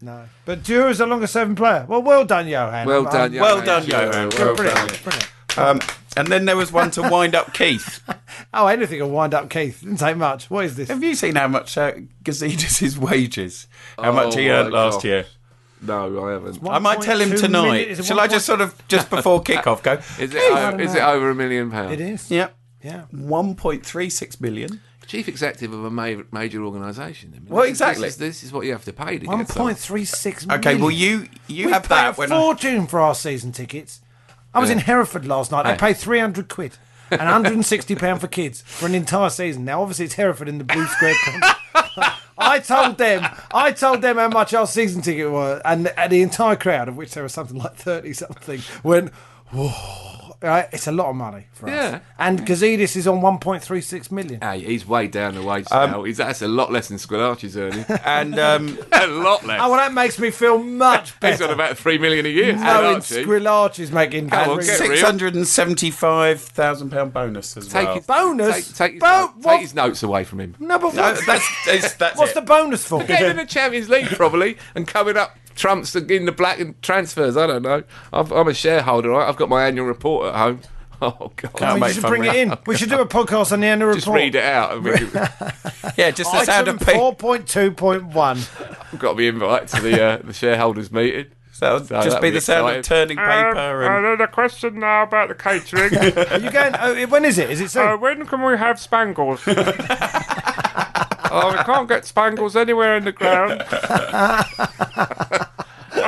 no. But Dura's a longer serving player. Well, well done, Johan. Um, Well I'm- done, I'm- Johan. Well done, Yeah, Johan. well Well done. Brilliant, brilliant. Um, and then there was one to wind up Keith. Oh, anything will wind up Keith. Didn't take much. What is this? Have you seen how much uh, Gazidis' wages? How much Oh he my earned last gosh. year? No, I haven't. I might tell him 1.2 tonight. minutes- is it Shall I just 1.2? sort of just before kickoff go? Is it, uh, "Hey, o- is it over a million pounds? It is. Yeah. Yeah. One point three six million. Chief executive of a ma- major organisation. I mean, Well, this- exactly. This is, this is what you have to pay to One get point point. three six. Okay, well you you we have pay that a when I- fortune for our season tickets. I was in Hereford last night. They Hey. paid three hundred quid and one hundred and sixty pound for kids for an entire season. Now, obviously, it's Hereford in the blue square. pond. I told them, I told them how much our season ticket was, and, and the entire crowd, of which there was something like thirty something, went. Whoa! Right, it's a lot of money for Yeah. us. And Gazidis is on one point three six million. Hey, Ah, he's way down the wage now. He's, that's a lot less than Squillaci's earning. and um, a lot less. Oh, well, that makes me feel much he's better. on about three million a year. knowing Squillaci. Squillarch is making Come on, every- get real. six hundred and seventy five thousand pound bonus as Take well. his Bonus? Take, take, his, Bo- take what- his notes away from him. No, but No, what's, that's, it's, that's what's it. the bonus for? Getting in the Champions League probably, and coming up trumps the, in the black and transfers. I don't know. I've, I'm a shareholder. Right? I've got my annual report at home. Oh God! Oh, we mate, should fun bring it round. in. We should do a podcast on the annual Just report. read it out. I mean, yeah, just the sound Item of people. four point two point one. I've got the invite to the uh, the shareholders meeting. That'll So just that'll be the sound exciting. of turning paper and Uh, there's a question now about the catering. Are you going? Oh, when is it? Is it uh, soon? when can we have spangles? oh, we can't get spangles anywhere in the ground.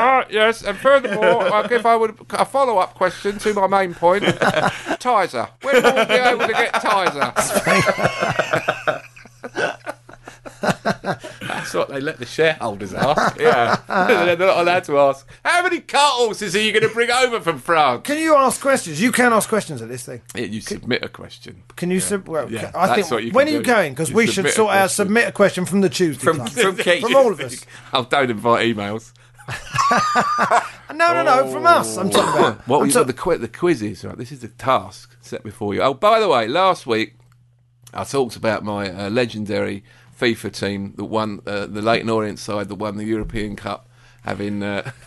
Ah, yes, and furthermore, like if I would a follow up question to my main point, Tizer. When will we be able to get Tizer? That's what they let the shareholders ask. yeah, they're not allowed to ask. How many cart horses are you going to bring over from France? Can you ask questions? You can ask questions at this thing. Yeah, you submit a question. Can you? Sub- well, Yeah, I that's think. what you when can are you do. going? Because You we should submit a sort out question. submit a question from the Tuesday from club. from Keith. From all of us. Oh, don't invite emails. No, no, no. From us. I'm talking about. Oh, What I'm we've got the, qu- the quizzes, right? This is the task set before you. Oh, by the way, last week I talked about my uh, legendary FIFA team that won uh, the Leighton Orient side that won the European Cup, having. Uh,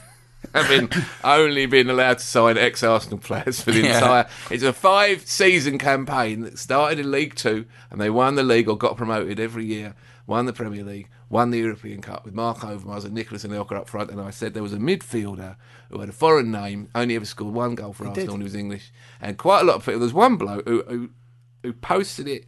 Having only been allowed to sign ex Arsenal players for the Yeah. entire. It's a five season campaign that started in League Two and they won the league or got promoted every year. won the Premier League, won the European Cup with Mark Overmars and Nicholas and Elker up front. And I said there was a midfielder who had a foreign name, only ever scored one goal for Arsenal, and he was English. And quite a lot of people. There was one bloke who, who, who posted it.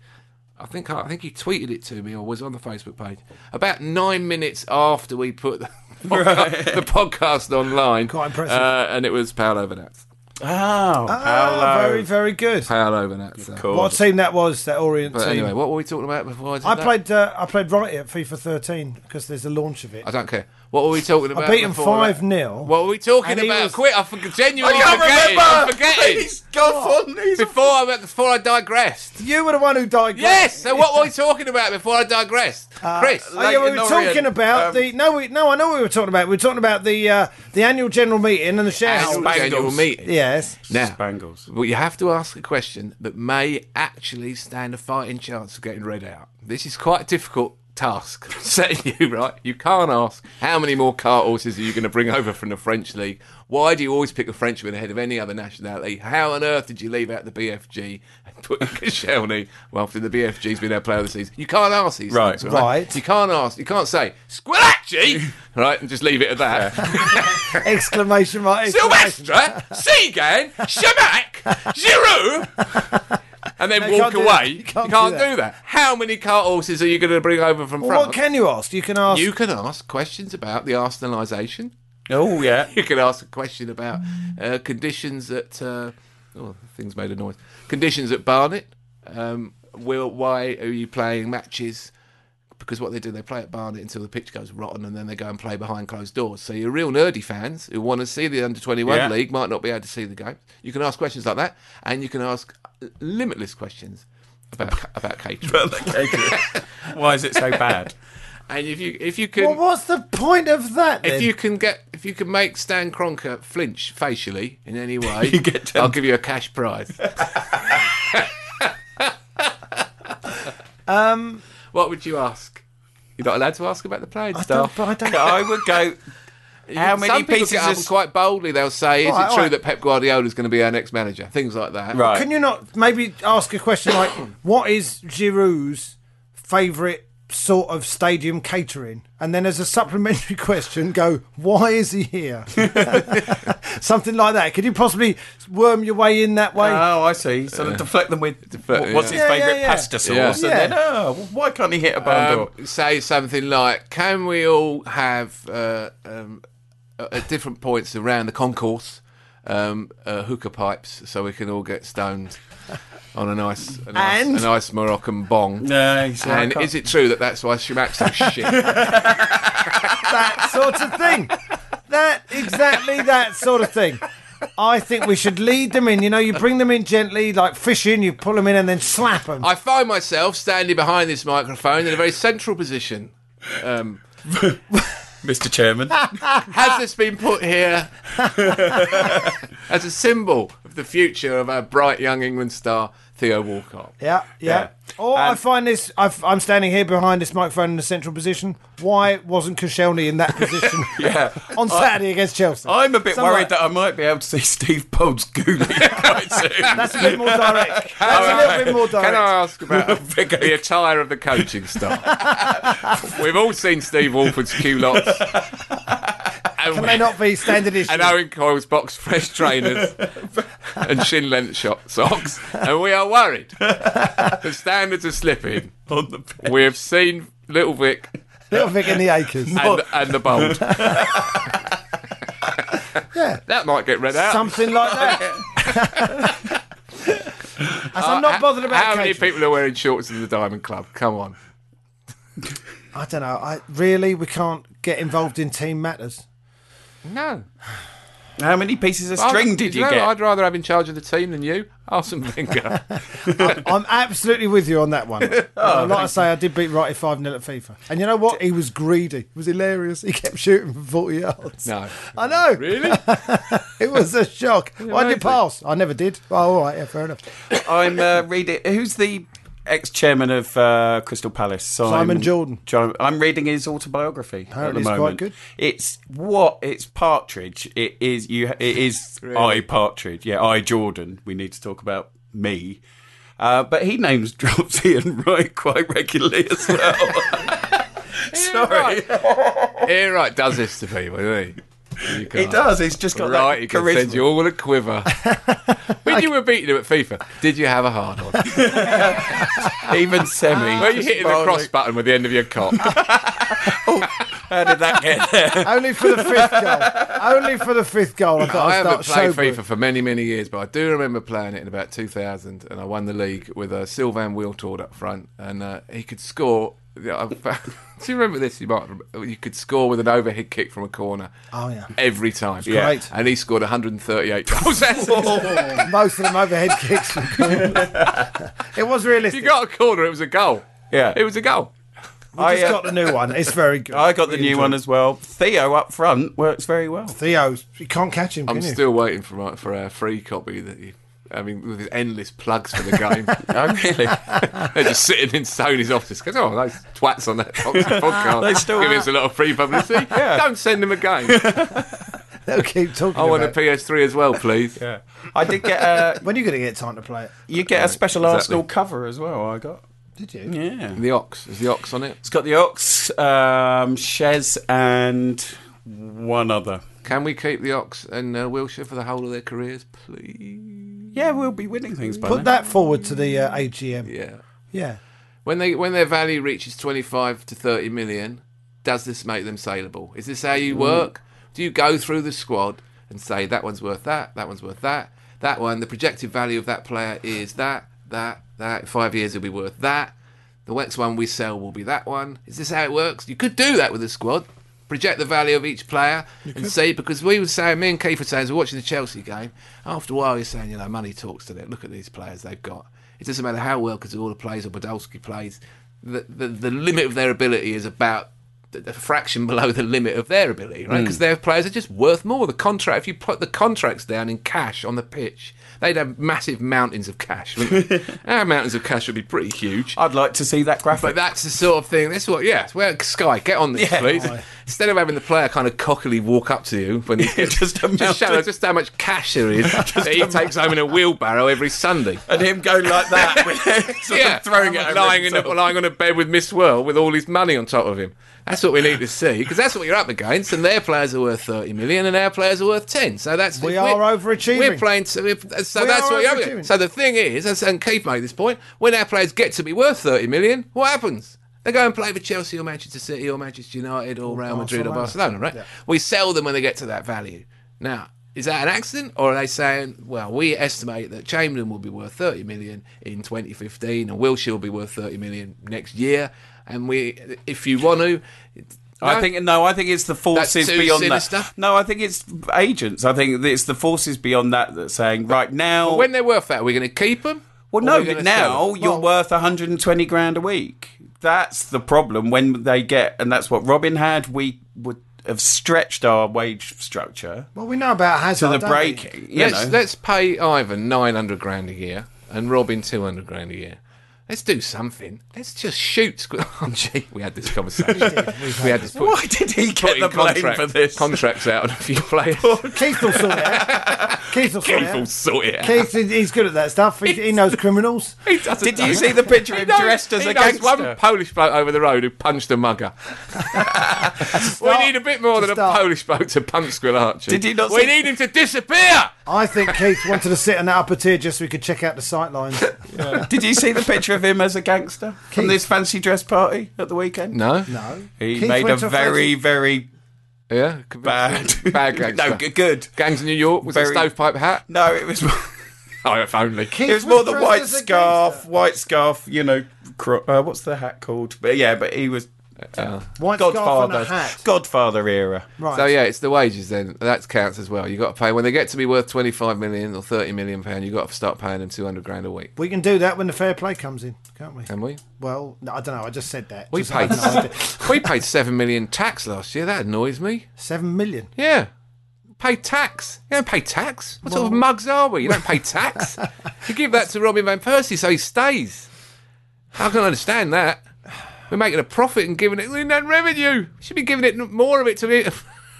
I think I think he tweeted it to me or was on the Facebook page about nine minutes after we put the, podcast, the podcast online. Quite impressive. Uh, and it was Paolo Vanatz. Oh, Ah, hello. very, very good. Paolo Vanatz. Cool. What team that was, that Orient But team. anyway, what were we talking about before I did I that? played uh, I played Rotty at FIFA 13 because there's a launch of it. I don't care. What were we talking about? beat 'em before that? 5-0. What were we talking And he about? was- Quit! I forget. I Genuinely can't forgetting. I'm remember. forgetting. He's gone on. He's Before I went- before I digressed. You were the one who died. Yes. So what were we talking about before I digressed, Chris? Oh, yeah, we were Late in talking Orient, about um, the no, we, no, I know what we were talking about. We were talking about the uh, the annual general meeting and the Annual shareholders. Spangles. general meeting. Yes, Now, Spangles. well, you have to ask a question that may actually stand a fighting chance of getting read out. This is quite a difficult task setting you right. You can't ask how many more cart horses are you going to bring over from the French league? Why do you always pick a Frenchman ahead of any other nationality? How on earth did you leave out the BFG and put Koscielny well, after the BFG's been our player of the season? You can't ask these Right. things, Right. You can't ask. You can't say Squillaci, right, and just leave it at that. exclamation mark! exclamation- Sylvester, Seagan, Shemek, Giroud, and then you walk can't do away. that. You You can't can't, do do, that. that. How many cart horses are you going to bring over from Well, France? what can you ask? You can ask. you can ask questions about the Arsenalisation. Oh yeah. You can ask a question about uh, conditions at. Uh, oh, things made a noise. Conditions at Barnet. Um, will, why are you playing matches? Because what they do, they play at Barnet until the pitch goes rotten, and then they go and play behind closed doors. So your real nerdy fans who want to see the under twenty one Yeah. league might not be able to see the game. You can ask questions like that, and you can ask uh, limitless questions about about catering. Why is it so bad? and if you if you can. well, what's the point of that? Then? If you can get, if you can make Stan Kroenke flinch facially in any way, You get ten- I'll give you a cash prize. um, Um, what would you ask? You're not allowed to ask about the playing I don't, staff. but I don't. I would go. How many Some people pieces get up of and quite boldly. They'll say, "Is All right, it all true right. that Pep Guardiola is going to be our next manager?" Things like that. Right. Can you not maybe ask a question like, what is Giroud's favourite sort of stadium catering? And then as a supplementary question, go, why is he here? Something like that. Could you possibly worm your way in that way? Oh, I see. So they deflect them with what- what's his yeah. Yeah, favourite yeah, yeah. pasta sauce, Yeah. and Yeah. then oh, well, why can't he hit a barn door? um, say something like, "Can we all have uh, um, uh, at different points around the concourse um, uh, hookah pipes so we can all get stoned on a nice, a nice, And? a nice Moroccan bong?" No, he said, I And can't. is it true that that's why Shumak's so shit? that sort of thing. That exactly that sort of thing. I think we should lead them in. You know, you bring them in gently, like fishing. You pull them in and then slap them. I find myself standing behind this microphone in a very central position. Mr. Chairman? Has this been put here as a symbol of the future of our bright young England star, Theo Walcott? Yeah, yeah. Yeah. Or I And- find this. i I'm standing here behind this microphone in the central position. Why wasn't Koscielny in that position? Yeah. on Saturday against Chelsea. I'm a bit Somewhere. worried that I might be able to see Steve Pold's ghoulie quite soon. That's a bit more direct. That's a little bit more direct. Can I ask about the attire of the coaching staff? We've all seen Steve Walford's Q lots. And, Can they not be standard issue? and Owen Coyle's box fresh trainers and shin length shot socks. And we are worried. The standards are slipping. on the pitch. We have seen Little Vic Little Vic in the acres. and, and the Bold. That might get read out. Something like that. As I'm Uh, not bothered about How many catering. people are wearing shorts in the Diamond Club? Come on. I don't know. I really we can't get involved in team matters. No. How many pieces of string did you know, get? I'd rather have in charge of the team than you. Arsene Wenger. I'm absolutely with you on that one. Oh, And like I say, I did beat Righty 5 0 at FIFA. And you know what? He was greedy. It was hilarious. He kept shooting from 40 yards. no. I know. Really? It was a shock. Why did amazing. it pass? I never did. Oh, all right. Yeah, fair enough. I'm uh, reading. Who's the ex-chairman of uh, Crystal Palace? Simon, Jordan. Jo- I'm reading his autobiography. at Apparently it's the quite moment. good. It's what it's Partridge. It is you. It is I Partridge. Yeah, I Jordan. We need to talk about me. Uh, but he names Dropsy and Wright quite regularly as well. Sorry. Yeah, right, does this to people, doesn't he? You He can't. does. He's just got Right, he that can send charisma. you all a quiver. when you were beating him at FIFA, did you have a hard on? Even semi. Were you hitting the Well, cross button with the end of your cock? Oh, How did that get there? Only for the fifth goal. Only for the fifth goal. I've got I to haven't start played sobering. FIFA for many, many years, but I do remember playing it in about 2000, and I won the league with uh, Sylvain Wiltord up front, and uh, he could score. Yeah, I fa- do you remember this? You might. remember. You could score with an overhead kick from a corner. Oh, yeah. every time. Yeah. great. and he scored 138 goals. That's- Most of them overhead kicks. were gone. it was if you realistic. got a corner, it was a goal. Yeah. it was a goal. I just I, uh, got the new one. It's very good. I got the new one as well. Theo up front works very well. Theo, you can't catch him. I'm can you? still waiting for my, for a free copy that you. I mean, with his endless plugs for the game. Oh, really? They're just sitting in Sony's office because, oh, those twats on that Fox podcast They still- giving us a lot of free publicity. Don't send them a game. They'll keep talking. I want a about it. PS3 as well, please. yeah. I did get a. When are you going to get time to play it? You get a special Exactly. Arsenal cover as well. I got. Did you? Yeah. The Ox. Is the Ox on it? It's got the Ox, um, Shez, and one other. Can we keep the Ox and uh, Wilshire for the whole of their careers, please? Yeah, we'll be winning things by Put then. that forward to the uh, AGM. Yeah. Yeah. When they when their value reaches 25 to 30 million, does this make them saleable? Is this how you work? Do you go through the squad and say that one's worth that, that one's worth that, that one? The projected value of that player is that, that, that. In five years, it'll be worth that. The next one we sell will be that one. Is this how it works? You could do that with a squad. Project the value of each player and see because we were saying, me and Keith were saying, as we're watching the Chelsea game. After a while, you're saying, you know, money talks to it. Look at these players they've got. It doesn't matter how well Cazorla plays or Podolski plays. The, the the limit of their ability is about a fraction below the limit of their ability, right? Because their players are just worth more. The contract, if you put the contracts down in cash on the pitch, they'd have massive mountains of cash. wouldn't they? Our mountains of cash would be pretty huge. I'd like to see that graphic. But that's the sort of thing. This is what, yeah. Well, Sky, get on this, Yeah. please. Instead of having the player kind of cockily walk up to you when he Just a just show mountain. just how much cash there is that he takes home in a wheelbarrow every Sunday. and him go like that, with, sort yeah, of throwing it over lying in a, himself. lying on a bed with Miss World with all his money on top of him. That's what we need to see because that's what you're up against. And their players are worth thirty million, and our players are worth ten. So that's We we're- are overachieving. We're playing. So, if- uh, so We that's are what you're up against. overachieving. So the thing is, as- and Keith made this point, when our players get to be worth thirty million, what happens? They go and play for Chelsea or Manchester City or Manchester United or Real Madrid or Barcelona, right? We sell them when they get to that value. Now, is that an accident, or are they saying, well, we estimate that Chamberlain will be worth 30 million in 2015 and Wilshere will be worth 30 million next year? And we, if you want to, I think no. I think it's the forces too beyond sinister? that. No, I think it's agents. I think it's the forces beyond that that's saying right now. when they're worth that, are we going to keep them? well, Or are no, we but gonna sell now them? you're worth 120 grand a week. That's the problem when they get, and that's what Robin had. We would have stretched our wage structure Well, we know about to Hazard. the don't we? breaking. You let's know, let's pay Ivan nine hundred grand a year and Robin two hundred grand a year. Let's do something. Let's just shoot. Squ- Oh, gee, we had this conversation. we had this. Put, why did he get putting the blame contract- for this? Contracts out on a few players. Keith will sort it out. Keith will sort Keith will it out. sort it out. Keith, he- he's good at that stuff. He, he knows criminals. He doesn't Did know. you see the picture of him He knows- dressed as he a knows One gangster? Polish bloke over the road who punched a mugger. we need a bit more than a start. Polish bloke to punch Squill Archie. Did you not We see- need him to disappear. I think Keith wanted to sit on that upper tier just so we could check out the sight lines. Did you see the picture of him as a gangster from this fancy dress party at the weekend? No. No. He Keith made a went to very, very Yeah. bad, Bad gangster. no, g- good. Gangs in New York was it a Very- stovepipe hat. No, it was Oh, if only. Keith it was more the dressed white as a scarf, gangster. white scarf. You know, cro- uh, what's the hat called? But yeah, but he was uh, White scarf and Godfather, a hat. Godfather era. Right. So yeah, it's the wages then. That counts as well. You got to pay when they get to be worth twenty five million or thirty million pound. You got to start paying them two hundred grand a week. We can do that when the fair play comes in, can't we? Can we? Well, no, I don't know. I just said that. Um, We Just paid had an idea. we paid seven million tax last year. That annoys me. seven million. Yeah, pay tax. You don't pay tax. What sort of mugs are we? You don't pay tax. you give that to Robin van Persie so he stays. I can understand that. We're making a profit and giving it in that revenue. We should be giving it more of it to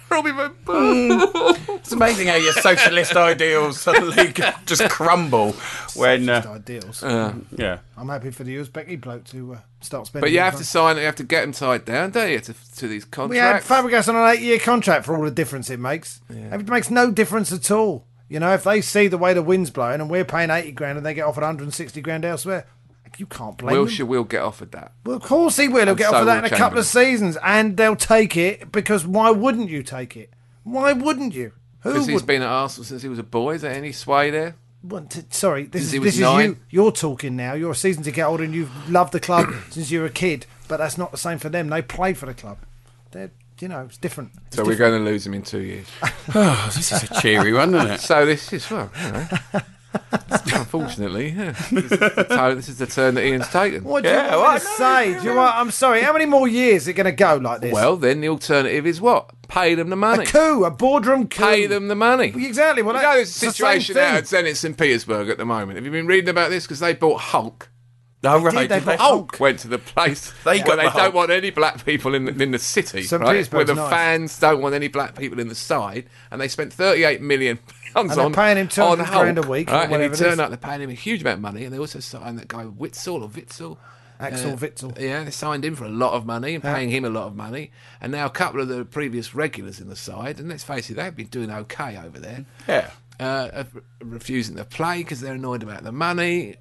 Robin Van Persie. It's amazing how your socialist ideals suddenly just crumble when. Uh, Ideals. yeah. I'm happy for the Uzbeki bloke to uh, start spending. But you his have money. to sign. You have to get them tied down, don't you, to, to these We had contracts? Fabregas on an eight-year contract for all the difference it makes. It makes no difference at all. You know, if they see the way the wind's blowing and we're paying eighty grand and they get offered one hundred and sixty grand elsewhere, you can't blame Wilshire them. will get offered that. Well, of course he will. He'll And get so offered that in will a couple of seasons, and they'll take it because why wouldn't you take it? Why wouldn't you? Who Because he's would? been at Arsenal since he was a boy. Is there any sway there? want to- sorry, this Since is he was this is nine? you. You're talking now. You're a season to get older, and you've loved the club since you were a kid. But that's not the same for them. They played for the club. They're you know it's different. It's So we're going to lose him in two years. Oh, this is a cheery one, isn't it? So this is well, you know, unfortunately, yeah. this, is the tone, this is the turn that Ian's taken. What do Yeah, you well, want to say? Do you want, I'm sorry. How many more years is it going to go like this? Well, then the alternative is what? Pay them the money. a coup, a boardroom coup. Pay them the money. Well, exactly. Well, you that- know there's a it's the same situation thing. out at Zenit St Petersburg at the moment. Have you been reading about this? Because they bought Hulk. Oh, right. they did they- bought Hulk. Went to the place They where got the they don't Hulk. want any black people in the, in the city, St. right? Where Petersburg's the nice. fans don't want any black people in the side, and they spent 38 million pounds And they're on paying him 200 on grand Hulk, a week or Right? And he whatever it is. turned up, they're paying him a huge amount of money, and they also signed that guy Witzel or Witzel. Axel Witzel. Uh, Yeah, they signed him for a lot of money and paying him a lot of money. And now a couple of the previous regulars in the side, and let's face it, they've been doing okay over there Yeah. uh, of refusing to play because they're annoyed about the money.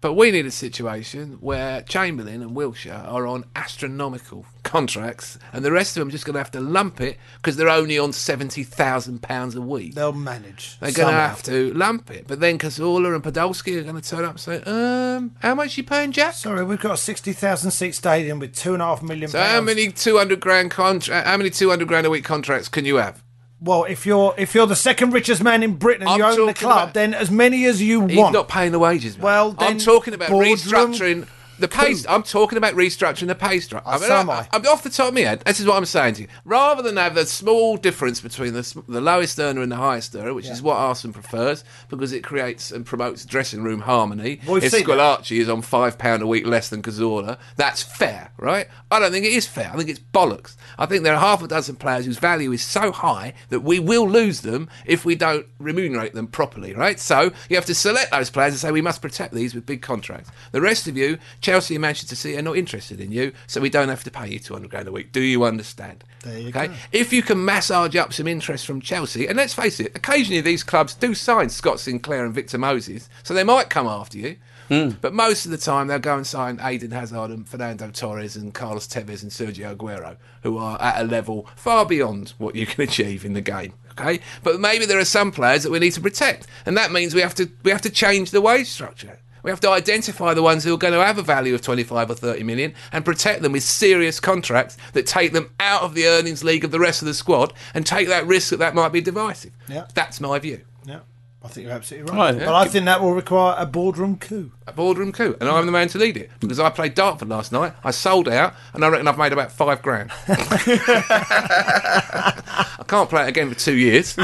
But we need a situation where Chamberlain and Wilshire are on astronomical contracts, and the rest of them just going to have to lump it because they're only on seventy thousand pounds a week. They'll manage. They're going to somehow. have to lump it. But then Kazula and Podolski are going to turn up and say, "Um, how much you paying, Jack?" Sorry, we've got a sixty thousand seat stadium with two and a half million. So pounds. how many two hundred grand contract? How many two hundred grand a week contracts can you have? Well, if you're if you're the second richest man in Britain and I'm you own the talking club, about- then as many as you He's want. not paying the wages. mate. Well, I'm then talking about boardroom restructuring the pay. I'm talking about restructuring the pay structure. I Ah, so am I. am off the top of my head. This is what I'm saying to you. Rather than have the small difference between the, sm- the lowest earner and the highest earner, which is what Arsenal prefers because it creates and promotes dressing room harmony. Well, we've if seen that. Squillaci is on five pound a week less than Cazorla, that's fair, right? I don't think it is fair. I think it's bollocks. I think there are half a dozen players whose value is so high that we will lose them if we don't remunerate them properly, right? So you have to select those players and say we must protect these with big contracts. The rest of you, Chelsea and Manchester City, are not interested in you, so we don't have to pay you two hundred grand a week. Do you understand? There you okay? go. If you can massage up some interest from Chelsea, and let's face it, occasionally these clubs do sign Scott Sinclair and Victor Moses, so they might come after you. But most of the time, they'll go and sign Aiden Hazard and Fernando Torres and Carlos Tevez and Sergio Aguero, who are at a level far beyond what you can achieve in the game. Okay, but maybe there are some players that we need to protect, and that means we have to we have to change the wage structure. We have to identify the ones who are going to have a value of 25 or 30 million and protect them with serious contracts that take them out of the earnings league of the rest of the squad and take that risk that that might be divisive. Yeah. That's my view. Yeah, I think you're absolutely right. Oh, yeah. But I think that will require a boardroom coup. A boardroom coup, and I'm the man to lead it because I played Dartford last night. I sold out, and I reckon I've made about five grand. I can't play it again for two years.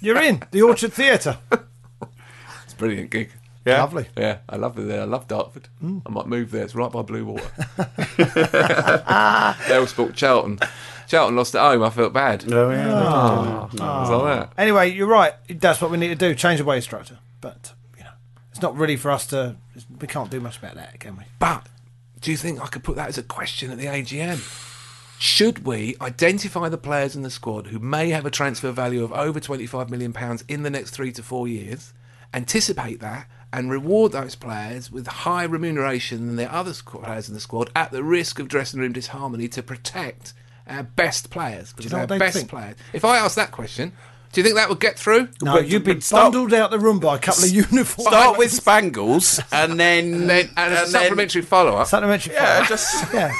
You're in the Orchard Theatre. It's a brilliant gig. Yeah. Lovely. Yeah, I love it there. I love Dartford. I might move there. It's right by Blue Water. they all sport Charlton. Charlton lost at home. I felt bad. Oh, yeah. It was like that. Anyway, you're right. That's what we need to do: change the wage structure. But you know, it's not really for us to. We can't do much about that, can we? But do you think I could put that as a question at the AGM? Should we identify the players in the squad who may have a transfer value of over £25 million in the next three to four years, anticipate that, and reward those players with higher remuneration than the other squ- players in the squad at the risk of dressing room disharmony to protect our best players? Because know our what they'd best think? players. If I ask that question, do you think that would get through? No, But- you've been but start- bundled out the room by a couple of uniforms. Start with Spangles and then. And then, and as a supplementary follow up, Supplementary. Yeah, fire. just. yeah,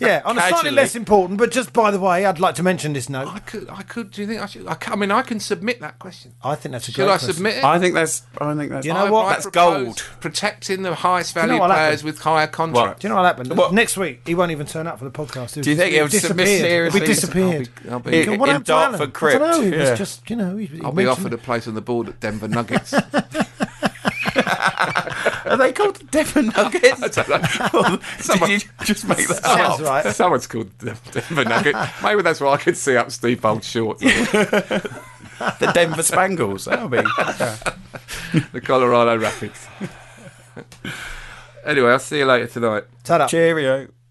yeah. On a slightly Casually. less important, but just by the way, I'd like to mention this note. I could, I could. Do you think I should? I, ca- I mean, I can submit that question. I think that's a Should great I question. submit it? I think that's. I think that's. You know I- what? I That's propose gold. Protecting the highest you know value what players happened? with higher contracts. Do you know what happened? What? Next week, he won't even turn up for the podcast. Do you think he'll submit seriously? We disappeared. I'll be- I'll be- You go, In- what in happened to Alan? Dartford I don't know. Crypt, He was yeah. just, you know, he, he I'll be mentioned offered a it. place on the board at Denver Nuggets. Are they called Devon Nuggets? Well, Did Someone- you just make that up? Sounds right. Someone's called the Denver Nugget. Maybe that's why I could see up Steve Bold's shorts. The Denver Spangles. That'll be. yeah. the Colorado Rapids. anyway, I'll see you later tonight. Turn up. Cheerio.